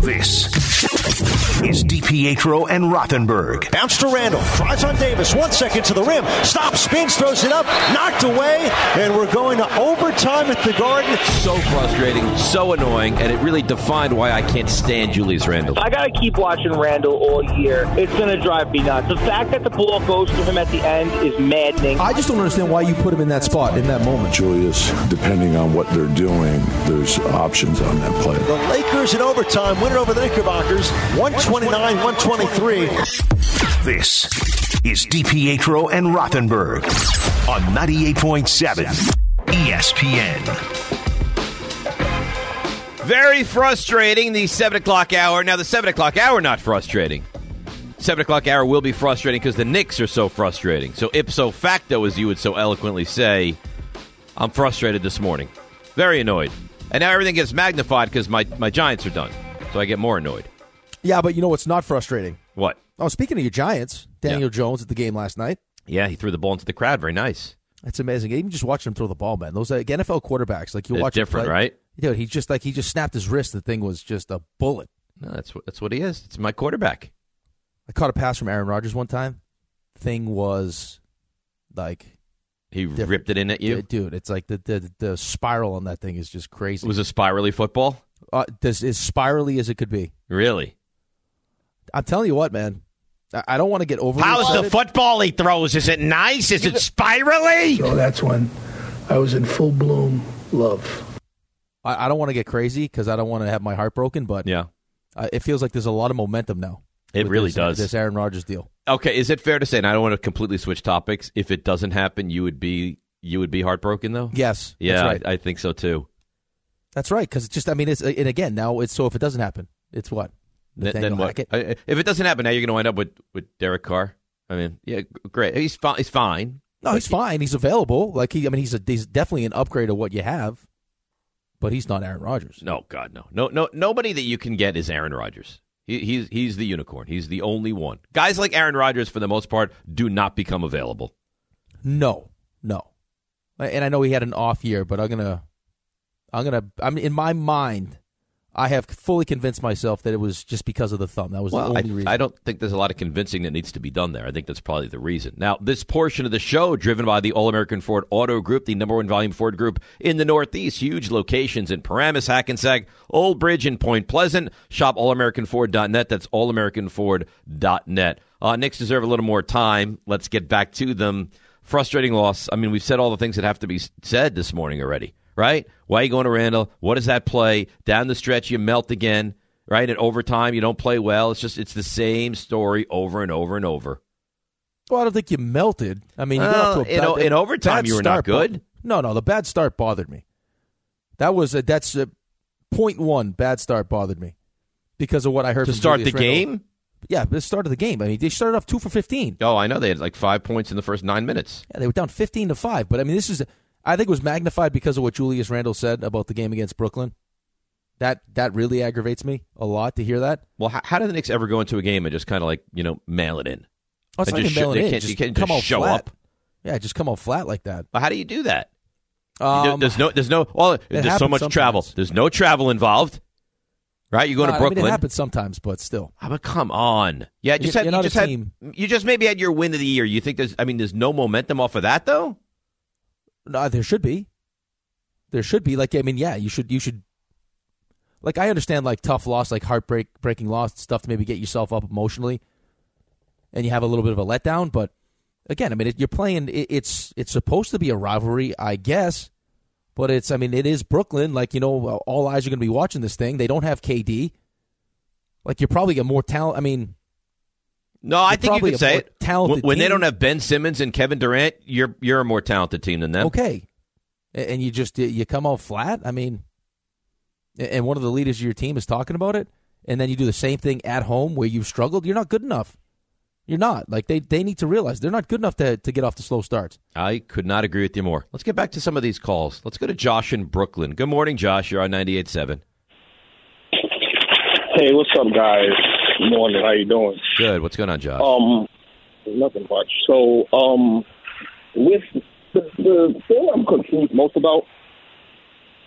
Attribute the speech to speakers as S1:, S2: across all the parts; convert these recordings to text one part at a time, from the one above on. S1: This is DiPietro and Rothenberg.
S2: Bounce to Randall. Drives on Davis. One second to the rim. Stops, spins, throws it up. Knocked away. And we're going to overtime at the Garden.
S3: So frustrating, so annoying, and it really defined why I can't stand Julius Randle.
S4: I gotta keep watching Randall all year. It's gonna drive me nuts. The fact that the ball goes to him at the end is maddening.
S5: I just don't understand why you put him in that spot in that moment.
S6: Julius, depending on what they're doing, there's options on that play.
S2: The Lakers in overtime win it over the Knickerbockers. 129 123.
S1: This is DiPietro and Rothenberg on 98.7 E ESPN.
S3: Very frustrating, the 7 o'clock hour. Now, the 7 o'clock hour, not frustrating. 7 o'clock hour will be frustrating because the Knicks are so frustrating. So, ipso facto, as you would so eloquently say, I'm frustrated this morning. Very annoyed. And now everything gets magnified because my, my Giants are done. So I get more annoyed.
S5: Yeah, but you know what's not frustrating?
S3: What?
S5: Oh, speaking of your Giants, Daniel
S3: Yeah.
S5: Jones at the game last night.
S3: Yeah, he threw the ball into the crowd. Very nice.
S5: That's amazing. Even just watching him throw the ball, man. Those like, NFL quarterbacks, like you
S3: It's
S5: watch him
S3: different,
S5: play-
S3: right?
S5: Dude, he just like he just snapped his wrist. The thing was just a bullet.
S3: No, that's, what- that's what he is. It's my quarterback.
S5: I caught a pass from Aaron Rodgers one time. Thing was like,
S3: He
S5: Different.
S3: ripped it in at you.
S5: dude, dude, it's like the, the the spiral on that thing is just
S3: It
S5: crazy.
S3: was a spirally football.
S5: uh, this, as spirally as it could be.
S3: Really?
S5: I'm telling you what, man. I, I don't want to get over.
S7: How's the football he throws? Is it nice? Is it spirally?
S8: So that's when I was in full bloom love.
S5: I, I don't want to get crazy because I don't want to have my heart broken, but
S3: Yeah.
S5: uh, it feels like there's a lot of momentum now.
S3: It
S5: with
S3: really
S5: this- uh,
S3: does.
S5: This Aaron Rodgers deal.
S3: Okay, is it fair to say and I don't want to completely switch topics, if it doesn't happen, you would be you would be heartbroken though?
S5: Yes.
S3: Yeah,
S5: That's right.
S3: I, I think so too.
S5: that's right. Because just, I mean, it's, and again, now it's so if it doesn't happen, it's what?
S3: Th-
S5: Nathaniel Hackett.
S3: I- I- If it doesn't happen now, you're going to wind up with, with Derek Carr. I mean, yeah, g- great. He's fine. He's fine.
S5: No, he's fine. He's available. Like, he, I mean, he's, a, he's definitely an upgrade of what you have, but he's not Aaron Rodgers.
S3: No, God, no, no, no. Nobody that you can get is Aaron Rodgers. He, he's he's the unicorn. He's the only one. Guys like Aaron Rodgers, for the most part, do not become available.
S5: No, no. And I know he had an off year, but I'm gonna, I'm gonna, I'm in my mind, I have fully convinced myself that it was just because of the thumb. That was the only
S3: I,
S5: reason.
S3: I don't think there's a lot of convincing that needs to be done there. I think that's probably the reason. Now, this portion of the show, driven by the All American Ford Auto Group, the number one volume Ford group in the Northeast, huge locations in Paramus, Hackensack, Old Bridge, and Point Pleasant. Shop allamericanford.net. That's allamericanford.net. Uh, Knicks deserve a little more time. Let's get back to them. Frustrating loss. I mean, we've said all the things that have to be s- said this morning already, right? Why are you going to Randall? What does that play? Down the stretch, you melt again right? In overtime, you don't play well. It's just it's the same story over and over and over.
S5: Well, I don't think you melted. I mean, you got
S3: Well,
S5: off to a
S3: in
S5: bad,
S3: o- in overtime,
S5: bad
S3: you were
S5: start
S3: not
S5: bo-
S3: good.
S5: no, no, the bad start bothered me. That was a, that's a, point one. Bad start bothered me because of what I heard
S3: To
S5: from
S3: start
S5: Julius
S3: the
S5: Randle.
S3: game?
S5: Yeah, the start of the game. I mean, they started off two for fifteen.
S3: Oh, I know they had like five points in the first nine minutes.
S5: Yeah, they were down fifteen to five. But I mean, this is I think it was magnified because of what Julius Randle said about the game against Brooklyn. That that really aggravates me a lot to hear that.
S3: Well, how, how do the Knicks ever go into a game and just kind of like you know mail it in?
S5: Oh, it's
S3: And
S5: not even
S3: just show-
S5: mailing
S3: they
S5: in.
S3: can't- you can't
S5: come
S3: just
S5: out
S3: show
S5: flat.
S3: up.
S5: Yeah, just come out flat like that.
S3: But how do you do that? You don't-
S5: Um,
S3: there's no, there's no. Well, there's so
S5: happens
S3: much
S5: sometimes.
S3: travel. There's no travel involved, right? You go
S5: I
S3: to
S5: mean,
S3: Brooklyn.
S5: it happens sometimes, but still.
S3: Ah, but come on, yeah. Just
S5: You're- you're
S3: had, you
S5: not a
S3: just had,
S5: team.
S3: you just maybe had your win of the year. You think there's, I mean, there's no momentum off of that though.
S5: No, there should be. There should be. Like I mean, yeah, you should. You should. Like I understand, like tough loss, like heartbreak, breaking loss stuff to maybe get yourself up emotionally, and you have a little bit of a letdown. But again, I mean, it, you're playing. It, it's it's supposed to be a rivalry, I guess. But it's, I mean, it is Brooklyn. Like, you know, all eyes are going to be watching this thing. They don't have KD. Like, you probably get more talent. I mean,
S3: No,
S5: You're
S3: I think you
S5: probably
S3: could
S5: a
S3: say
S5: more
S3: it.
S5: talented
S3: when when they
S5: team.
S3: don't have Ben Simmons and Kevin Durant, you're you're a more talented team than them.
S5: okay. A- And you just, you come out flat. I mean, a- and one of the leaders of your team is talking about it. And then you do the same thing at home where you've struggled. You're not good enough. You're not. Like, they, they need to realize they're not good enough to, to get off the slow starts.
S3: I could not agree with you more. Let's get back to some of these calls. Let's go to Josh in Brooklyn. Good morning, Josh. You're on 98.7.
S9: Hey, what's up, guys? Morning. How you doing?
S3: Good. What's going on, Josh?
S9: Um, nothing much. So, um, with the, the thing I'm confused most about.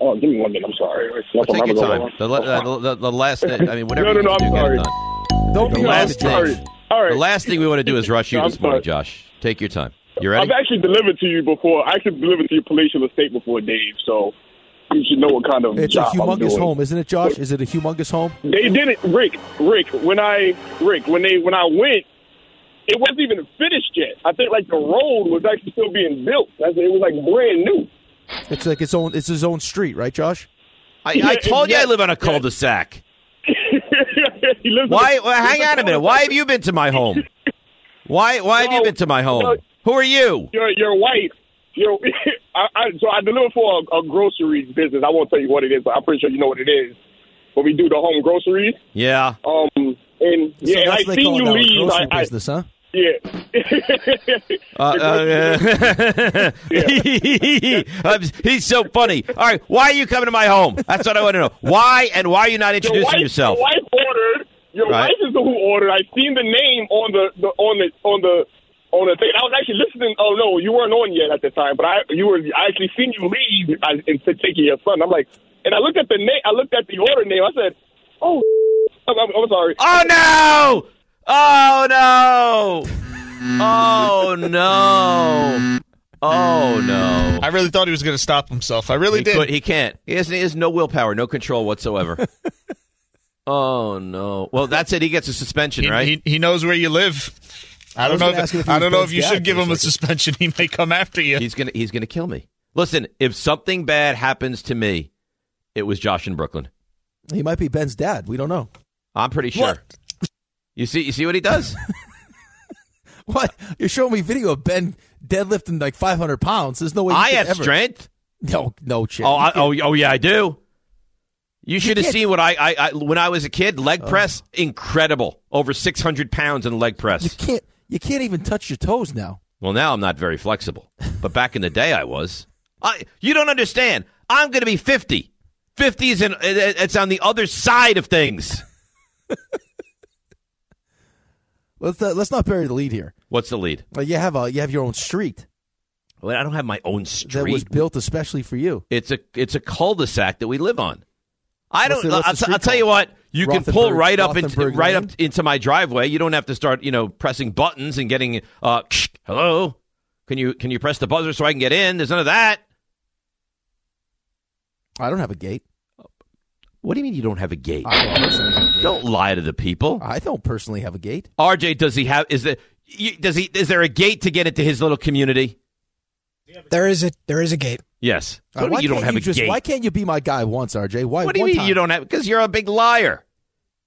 S9: Oh, give me one minute. I'm sorry. It's
S3: Well, take
S9: nothing.
S3: your
S9: I'm
S3: time. The, la- uh, the, the, the last thing, I mean,
S9: No, no,
S3: whatever you
S9: no,
S3: need to
S9: I'm
S3: do, get it
S9: sorry.
S3: done.
S9: Don't
S3: the
S9: be
S3: last
S9: rude. I'm
S3: thing,
S9: sorry. All right.
S3: The last thing we want to do is rush you
S9: No, I'm
S3: this morning,
S9: sorry.
S3: Josh. Take your time. You ready?
S9: I've actually delivered to you before. I actually delivered to your palatial estate before, Dave. So you should know what kind of
S5: It's a
S9: job I'm
S5: humongous
S9: doing.
S5: home, isn't it, Josh? Is it a humongous home?
S9: They did it, Rick. Rick, when I Rick, when they when I went, it wasn't even finished yet. I think like the road was actually still being built. That's it was like brand new.
S5: It's like its own. It's his own street, right, Josh?
S3: I, I told you I live on a cul-de-sac.
S9: He lives in
S3: Why?
S9: a-
S3: Well, hang on a minute. Why have you been to my home? Why? Why have you
S9: No,
S3: been to my
S9: no.
S3: home? Who are you?
S9: Your your wife. Your, I, I, so I deliver for a, a grocery business. I won't tell you what it is, but I'm pretty sure you know what it is. But we do the home groceries.
S3: Yeah.
S9: Um, and
S5: So
S9: yeah, and I
S5: that's what they
S9: seen
S5: call
S9: you
S5: it now, a
S9: leave.
S5: grocery
S9: I, I,
S5: business, huh?
S9: yeah.
S3: Uh, uh, I'm- he's so funny. All right, why are you coming to my home? That's what I want to know. Why and why are you not
S9: Your
S3: introducing
S9: wife-
S3: yourself?
S9: Your wife ordered. Your
S3: Right.
S9: wife is the who ordered. I seen the name on the, the on the on the on the thing. I was actually listening. Oh no, you weren't on yet at the time, but I you were. I actually seen you leave I, and to take your son. I'm like, and I looked at the name. I looked at the order name. I said, oh, I'm, I'm, I'm sorry.
S3: Oh no! Oh no! Oh no! Oh no!
S10: I really thought he was going to stop himself. I really
S3: He,
S10: did.
S3: could- he can't. He has, he has no willpower, no control whatsoever. oh no! Well, that's it. He gets a suspension,
S10: He,
S3: right?
S10: he, he knows where you live. I don't
S5: was
S10: know.
S5: gonna
S10: If,
S5: ask him if he
S10: I
S5: was
S10: don't know if
S5: Ben's
S10: you
S5: dad
S10: should give
S5: for a
S10: him a
S5: second.
S10: suspension. He may come after you.
S3: he's gonna he's gonna kill me. Listen, if something bad happens to me, it was Josh in Brooklyn.
S5: He might be Ben's dad. We don't know.
S3: I'm pretty sure. You see, you see what he does.
S5: What? You're showing me video of Ben deadlifting like 500 pounds. There's no way. you
S3: I
S5: could
S3: have
S5: ever-
S3: strength.
S5: No, no chance.
S3: Oh, I, oh, oh, yeah, I do. You should have
S5: can't- Oh.
S3: seen what I, I, I when I was a kid. Leg press, incredible. Over 600 pounds in leg
S5: you
S3: press.
S5: can't. You can't even touch your toes now.
S3: Well, now I'm not very flexible, but back in the day I was. I, you don't understand. I'm going to be 50. 50 is in, it- it's on the other side of things.
S5: Let's not, let's not bury the lead here.
S3: What's the lead?
S5: Like you have a you have your own street
S3: Well, I don't have my own street.
S5: that was built especially for you.
S3: It's a it's a cul-de-sac that we live on. I
S5: What's
S3: don't.
S5: the- what's the
S3: I'll, t-
S5: street
S3: I'll tell
S5: called?
S3: you what. You can
S5: Rothenberg-
S3: pull right up into
S5: Rothenberg
S3: right up
S5: Lane?
S3: into my driveway. You don't have to start you know pressing buttons and getting uh hello. Can you can you press the buzzer so I can get in? There's none of that.
S5: I don't have a gate.
S3: What do you mean you don't have a gate?
S5: I don't personally have a gate.
S3: Don't lie to the people.
S5: I don't personally have a gate.
S3: RJ, does he have? Is there you- does he? Is there a gate to get into his little community?
S11: There is a there is a gate.
S3: Yes.
S5: Uh,
S3: What do
S5: why
S3: you don't
S5: can't
S3: have a
S5: just-
S3: gate?
S5: Why can't you be my guy once, RJ? Why?
S3: what do you
S5: one
S3: mean
S5: time?
S3: you don't have? Because you're a big liar.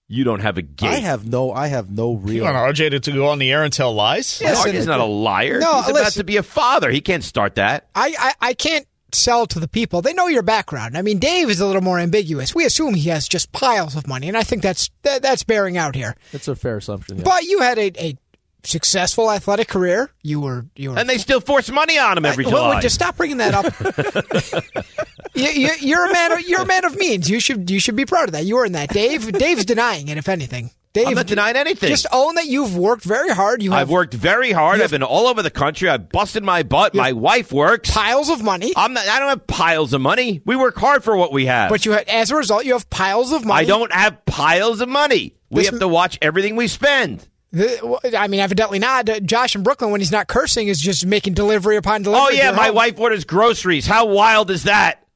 S3: You don't have a gate.
S5: I have no. I have no
S10: You
S5: real.
S10: want RJ to, to go on the air and tell lies?
S3: Yeah,
S11: Listen-
S3: RJ's not a liar.
S11: No,
S3: He's about
S11: listen.
S3: to be a father. He can't start that.
S11: I, I I can't sell to the people. They know your background. I mean, Dave is a little more ambiguous. We assume he has just piles of money, and I think that's that, that's bearing out here.
S5: That's a fair assumption. yeah.
S11: But you had a, a successful athletic career. You were you were.
S3: And they still force money on him every
S11: Wait, wait,
S3: July.
S11: just stop bringing that up. you, you, you're a man. Of, you're a man of means. You should you should be proud of that. You were in that. Dave Dave's denying it. If anything, Dave
S3: I'm not denying anything.
S11: Just own that you've worked very hard. You have
S3: I've worked very hard. I've been all over the country. I've busted my butt. My wife works.
S11: piles of money.
S3: I'm not, I don't have piles of money. We work hard for what we have.
S11: But you, had, as a result, you have piles of money.
S3: I don't have piles of money. We
S11: This-
S3: have to watch everything we spend.
S11: The- well, I mean, evidently not. Uh, Josh in Brooklyn, when he's not cursing, is just making delivery upon delivery.
S3: Oh
S11: to
S3: yeah,
S11: your
S3: my
S11: home.
S3: wife orders groceries. How wild is that?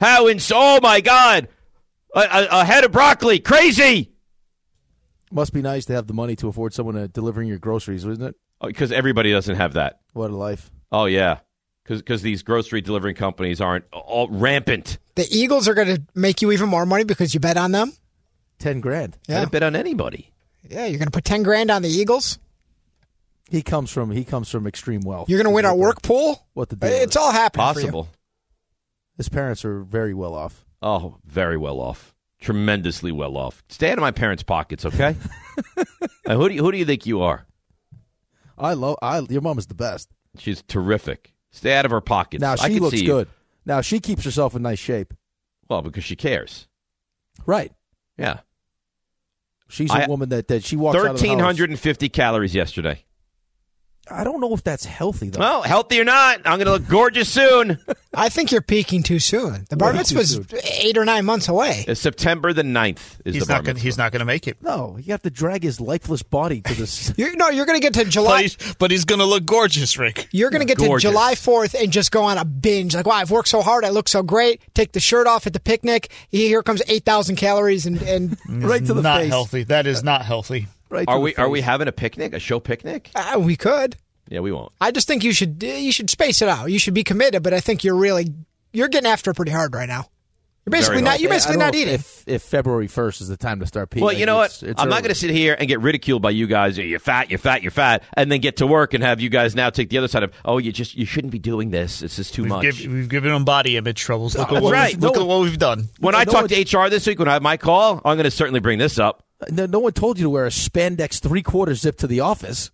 S3: How ins? Oh my god, a, a, a head of broccoli, crazy.
S5: Must be nice to have the money to afford uh,
S3: Oh,
S5: someone to delivering your groceries, isn't it?
S3: Because everybody doesn't have that.
S5: What a life.
S3: Oh yeah, because these grocery delivering companies aren't all rampant.
S11: The
S5: e-,
S11: Eagles are going to make you even more money because you bet on them.
S5: Ten grand.
S3: Yeah. I bet on anybody.
S11: Yeah, you're going to put ten grand on the Eagles.
S5: He comes from he comes from extreme wealth.
S11: You're going to win our work pool.
S5: What the deal?
S11: It's
S5: is.
S11: all happening. for you.
S3: Possible.
S5: His parents are very well off.
S3: Oh, very well off. Tremendously well off. Stay out of my parents' pockets, okay? Uh, who do you, who do you think you are?
S5: I love I your mom is the best.
S3: She's terrific. Stay out of her pockets.
S5: now
S3: I
S5: she
S3: can
S5: looks
S3: see you.
S5: good. Now she keeps herself in nice shape.
S3: Well, because she cares.
S5: Right.
S3: Yeah.
S5: She's
S3: I-
S5: a woman that, that she walks out of the house-
S3: Thirteen hundred and fifty calories yesterday.
S5: I don't know if that's healthy though.
S3: Well, healthy or not, I'm going to look gorgeous soon.
S11: I think you're peaking too soon. The bar
S3: Way
S11: mitzvah
S3: too
S11: was eight or nine months away.
S3: Uh, September the 9th is
S10: He's
S3: the
S10: not gonna- he's not going to make it.
S5: No, you have to drag his lifeless body to this.
S11: You're, no, you're going to get to
S10: But
S11: July.
S10: he's, but he's going to look gorgeous, Rick.
S11: You're going to get
S10: Gorgeous.
S11: to July 4th and just go on a binge. Like, wow, I've worked so hard. I look so great. Take the shirt off at the picnic. Here comes 8,000 calories and, and
S10: Right to the Not face. healthy. That is not healthy.
S5: Right
S3: are we are we having a picnic, a show picnic?
S11: Uh, we could.
S3: Yeah, we won't.
S11: I just think you should you should space it out. You should be committed, but I think you're really you're getting after it pretty hard right now. You're basically not you're
S5: I- I
S11: basically
S5: don't
S11: not
S5: know
S11: eating.
S5: If, if February first is the time to start peeing,
S3: Well, you know what?
S5: It's- it's
S3: I'm not
S5: early.
S3: going to sit here and get ridiculed by you guys. You're fat, you're fat, you're fat, and then get to work and have you guys now take the other side of, oh, you just you shouldn't be doing this. It's just too
S10: We've,
S3: much.
S10: give, we've given him body image troubles. Look,
S3: No,
S10: at, what
S3: that's Uh, right.
S10: we've, look
S3: No.
S10: at what we've done.
S3: when I talk to HR this week, when I have my call, I'm going to certainly bring this up.
S5: No, no one told you to wear a spandex three quarter zip to the office.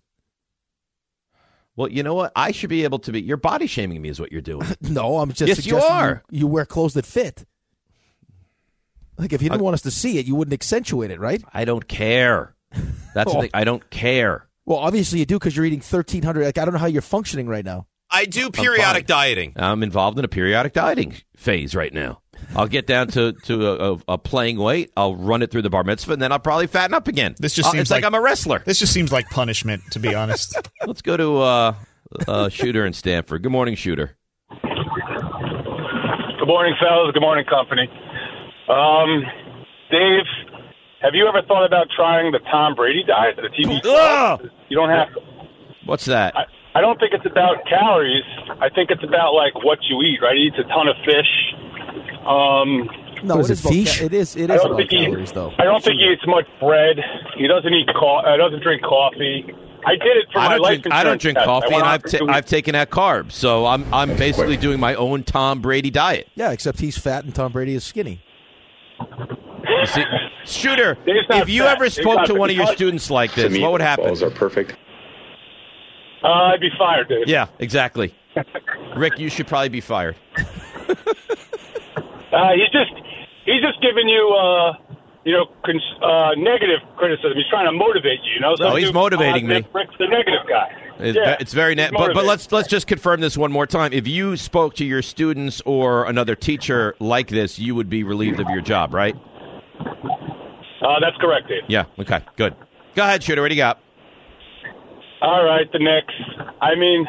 S3: Well, you know what? I should be able to be. You're body shaming me, is what you're doing.
S5: No, I'm just
S3: Yes, you
S5: suggesting
S3: are.
S5: You, you wear clothes that fit. Like if you didn't want us to see it, you wouldn't accentuate it, right?
S3: I don't care. That's the
S5: Oh.
S3: thing. I don't care.
S5: Well, obviously you do because you're eating 1,300. Like I don't know how you're functioning right now.
S12: I do periodic dieting.
S3: I'm involved in a periodic dieting phase right now. I'll get down to to a, a, a playing weight. I'll run it through the bar mitzvah, and then I'll probably fatten up again.
S10: This just
S3: I'll-
S10: seems
S3: uh, it's like,
S10: like-
S3: I'm a wrestler.
S10: This just seems like punishment, to be honest.
S3: Let's go to uh, uh, Shooter in Stanford. Good morning, Shooter.
S13: Good morning, fellas. Good morning, company. Um, Dave, have you ever thought about trying the Tom Brady diet, the TV? diet? you don't have to.
S3: What's that?
S13: I don't think it's about calories. I think it's about like what you eat. Right? He eats a ton of fish. Um,
S5: No, it is about ca- it is it is about
S13: he-
S5: calories though.
S13: I don't think he eats much bread. He doesn't eat co- uh, doesn't drink coffee. I did it for
S3: I
S13: my
S3: don't
S13: life
S3: drink. I don't
S13: insurance
S3: drink
S13: test. I
S3: coffee,
S13: went
S3: and
S13: on
S3: I've
S13: for
S3: ta-
S13: two weeks.
S3: I've taken out carbs, so I'm I'm basically doing my own Tom Brady diet.
S5: Yeah, except he's fat and Tom Brady is skinny.
S3: You see, Shooter,
S13: Dave's not
S3: if you
S13: fat.
S3: ever
S13: Dave's
S3: spoke
S13: not
S3: to one of your
S13: because-
S3: students like this, what would happen?
S14: Balls are perfect.
S13: Uh, I'd be fired, Dave.
S3: Yeah, exactly. Rick, you should probably be fired.
S13: Uh, he's just he's just giving you uh, you know cons- uh, negative criticism. He's trying to motivate you. You know,
S3: No, he's
S13: dude's
S3: motivating me.
S13: positive, Rick's the negative guy.
S3: It's,
S13: yeah.
S3: ve- it's very net.
S13: He's
S3: But, but
S13: motivated.
S3: let's let's just confirm this one more time. If you spoke to your students or another teacher like this, you would be relieved of your job, right?
S13: Uh, that's correct, Dave.
S3: Yeah. Okay. Good. Go ahead, shooter. What do you got?
S13: All right, the Knicks. I mean,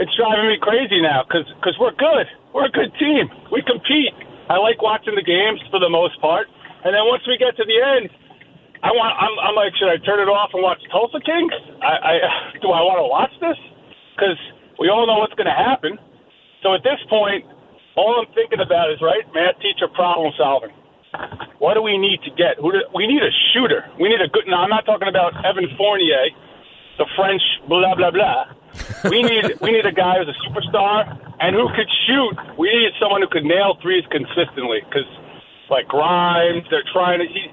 S13: it's driving me crazy now because we're good. We're a good team. We compete. I like watching the games for the most part. And then once we get to the end, I want. I'm, I'm like, should I turn it off and watch Tulsa King? I, I do I want to watch this? Because we all know what's going to happen. So at this point, all I'm thinking about is right math teacher problem solving. What do we need to get? Who do, we need a shooter. We need a good. Now I'm not talking about Evan Fournier, the French blah blah blah. We need we need a guy who's a superstar and who could shoot. We need someone who could nail threes consistently because like Grimes, they're trying to. He,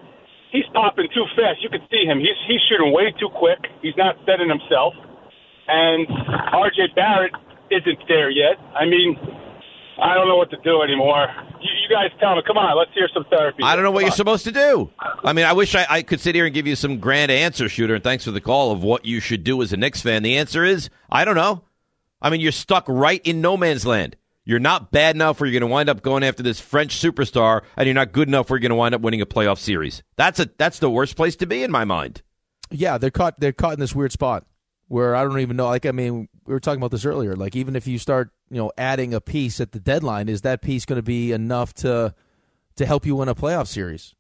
S13: he's popping too fast. You can see him. He's he's shooting way too quick. He's not setting himself. And RJ Barrett isn't there yet. I mean, I don't know what to do anymore. You, you guys tell me. Come on, let's hear some therapy.
S3: I don't know what
S13: Come
S3: you're
S13: on.
S3: supposed to do. I mean, I wish I, I could sit here and give you some grand answer, shooter. And thanks for the call of what you should do as a Knicks fan. The answer is I don't know. I mean, you're stuck right in no man's land. You're not bad enough where you're going to wind up going after this French superstar, and you're not good enough where you're going to wind up winning a playoff series. That's a that's the worst place to be in my mind.
S5: Yeah, they're caught. They're caught in this weird spot where I don't even know. Like, I mean, we were talking about this earlier. Like, even if you start, you know, adding a piece at the deadline, is that piece going to be enough to to help you win a playoff series?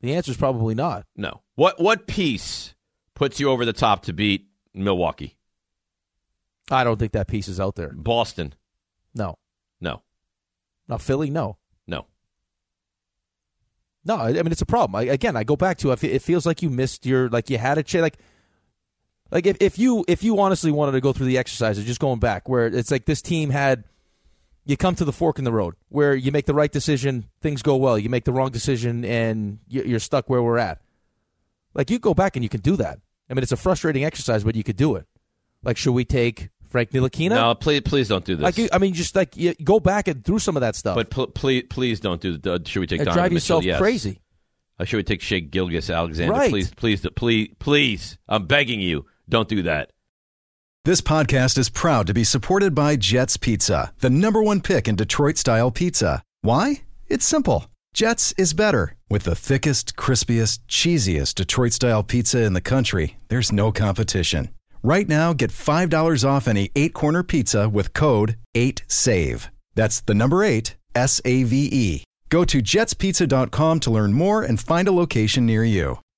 S5: The answer is probably not.
S3: No. What what piece puts you over the top to beat Milwaukee,
S5: I don't think that piece is out there.
S3: Boston?
S5: No.
S3: No.
S5: Not Philly? No.
S3: No.
S5: No, I, I mean it's a problem. I, again, I go back to I fe- it feels like you missed your like you had a chance like like if, if you if you honestly wanted to go through the exercise of just going back where it's like this team had you come to the fork in the road where you make the right decision, things go well. You make the wrong decision and you- you're stuck where we're at. Like you go back and you can do that. I mean, it's a frustrating exercise, but you could do it. Like, should we take Frank Ntilikina?
S3: No, please, please don't do this.
S5: Like, you- I mean, just like you go back and through some of that stuff.
S3: but pl- please, please don't do. The, uh, should we take
S5: It'd
S3: Donovan
S5: drive
S3: Mitchell?
S5: yourself
S3: Yes.
S5: crazy.
S3: Uh, should we take Shea Gilgis Alexander?
S5: Right.
S3: Please, please, please, please. I'm begging you, don't do that.
S14: This podcast is proud to be supported by Jets Pizza, the number one pick in Detroit style pizza. Why? It's simple. Jets is better. With the thickest, crispiest, cheesiest Detroit style pizza in the country, there's no competition. Right now, get $5 off any eight corner pizza with code 8SAVE. That's the number eight, S A V E. Go to jetspizza.com to learn more and find a location near you.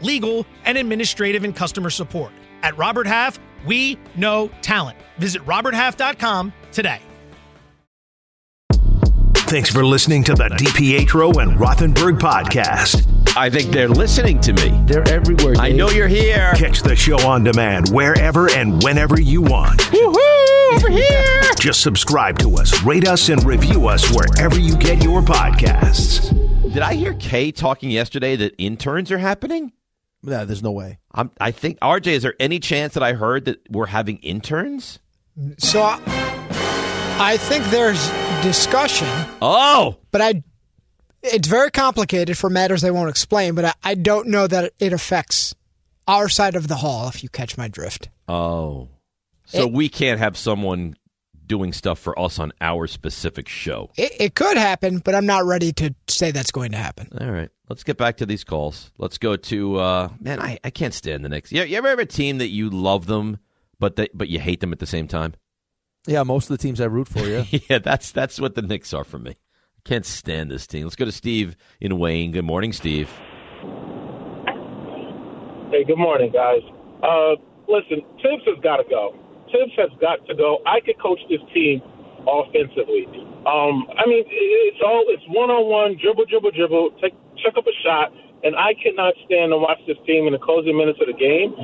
S15: legal, and administrative and customer support. At Robert Half, we know talent. Visit roberthalf.com today.
S1: Thanks for listening to the DiPietro and Rothenberg podcast.
S3: I think they're listening to me.
S1: They're everywhere.
S3: I know you're here.
S1: Catch the show on demand wherever and whenever you want.
S7: Woohoo! Over here!
S1: Just subscribe to us, rate us, and review us wherever you get your podcasts.
S3: Did I hear Kay talking yesterday that interns are happening?
S5: No, there's no way.
S3: I'm, I think RJ. Is there any chance that I heard that we're having interns?
S11: So I, I think there's discussion,
S3: Oh,
S11: but I it's very complicated for matters I won't explain. But I, I don't know that it affects our side of the hall. If you catch my drift,
S3: oh. So we can't have someone doing stuff for us on our specific show.
S11: it, it could happen, but I'm not ready to say that's going to happen.
S3: All right, let's get back to these calls. Let's go to uh, man. I, I can't stand the Knicks. You, you ever have a team that you love them, but they, but you hate them at the same time?
S5: Yeah, most of the teams I root for, yeah.
S3: yeah, that's that's what the Knicks are for me. I can't stand this team. Let's go to Steve in Wayne. Good morning, Steve.
S16: Hey, good morning, guys. Uh, listen, Tibbs has got to go. Tibbs has got to go. I could coach this team offensively. Um, I mean, it's all it's one on one, dribble, dribble, dribble, take, check up a shot, and I cannot stand to watch this team in the closing minutes of the game.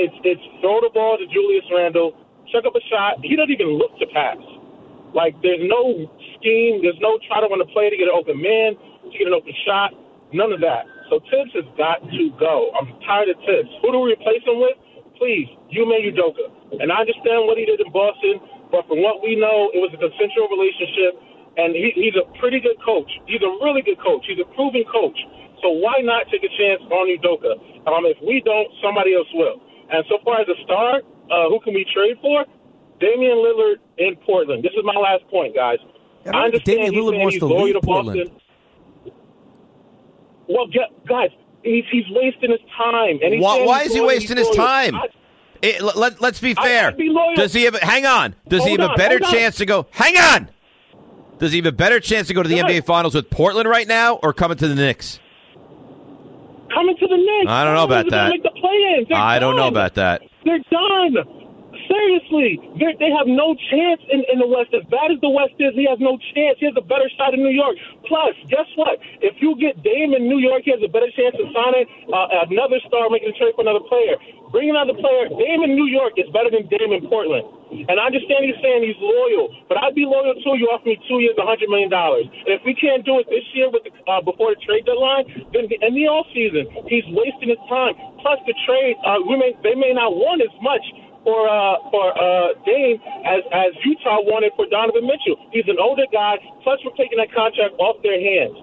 S16: It's it's throw the ball to Julius Randle, check up a shot. He doesn't even look to pass. Like there's no scheme, there's no try to run a play to get an open man, to get an open shot, none of that. So Tibbs has got to go. I'm tired of Tibbs. Who do we replace him with? Please, Yume Udoka. And I understand what he did in Boston, but from what we know, it was a consensual relationship, and he, he's a pretty good coach. He's a really good coach. He's a proven coach. So why not take a chance on Udoka? Um, if we don't, somebody else will. And so far as a star, uh, who can we trade for? Damian Lillard in Portland. This is my last point, guys.
S5: Yeah,
S16: I understand
S5: Damian
S16: he's
S5: Lillard
S16: saying he's
S5: wants to
S16: loyal to
S5: leave
S16: Boston.
S5: Portland.
S16: Well, gu- guys, he's, he's wasting his time. And he's
S3: Why,
S16: saying
S3: why
S16: he's
S3: is he
S16: loyal,
S3: wasting
S16: he's
S3: his
S16: loyal.
S3: time?
S16: I-
S3: It- let- let, us be
S16: I-
S3: fair.
S16: I'd be loyal.
S3: Does he have? a- Hang on. Does he
S16: Hold
S3: have a
S16: on,
S3: better
S16: hold on.
S3: chance to go? Hang on. Does he have a better chance to go to the NBA Finals with Portland right now, or coming to the Knicks?
S16: coming to the Knicks.
S3: I don't know about
S16: They're gonna
S3: that.
S16: Make the play-in. They're
S3: I don't know
S16: done.
S3: about that.
S16: They're done. Seriously, They're, they have no chance in, in the West. As bad as the West is, he has no chance. He has a better shot in New York. Plus, guess what? If you get Dame in New York, he has a better chance of signing uh, another star, making a trade for another player. Bring another player. Dame in New York is better than Dame in Portland. And I understand he's saying he's loyal, but I'd be loyal too. You offer me two years, $100 million. And if we can't do it this year with the, uh, before the trade deadline, then in the off season, he's wasting his time. Plus, the trade, uh, we may, they may not want as much for uh, for uh, Dame as, as Utah wanted for Donovan Mitchell. He's an older guy. Plus, we're taking that contract off their hands.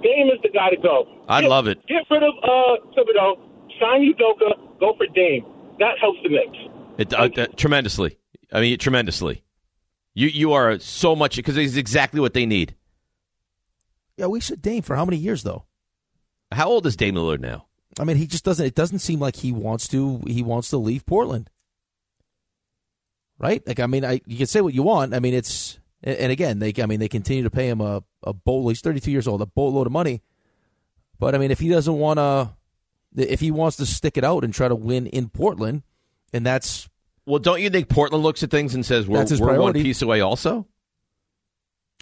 S16: Dame is the guy to go.
S3: I love it.
S16: Get rid of uh, Thibodeau, sign Udoka, go for Dame. That helps the Knicks.
S3: It, uh, uh, tremendously. I mean, tremendously. You you are so much because it's exactly what they need.
S5: Yeah, we said Dame for how many years though?
S3: How old is Dame Lillard now?
S5: I mean, he just doesn't. It doesn't seem like he wants to. He wants to leave Portland, right? Like, I mean, I you can say what you want. I mean, it's and again, they I mean, they continue to pay him a a boatload. He's thirty two years old, a boatload of money. But I mean, if he doesn't want to, if he wants to stick it out and try to win in Portland, and that's
S3: Well, don't you think Portland looks at things and says we're,
S5: That's his
S3: we're one
S5: priority.
S3: piece away? Also,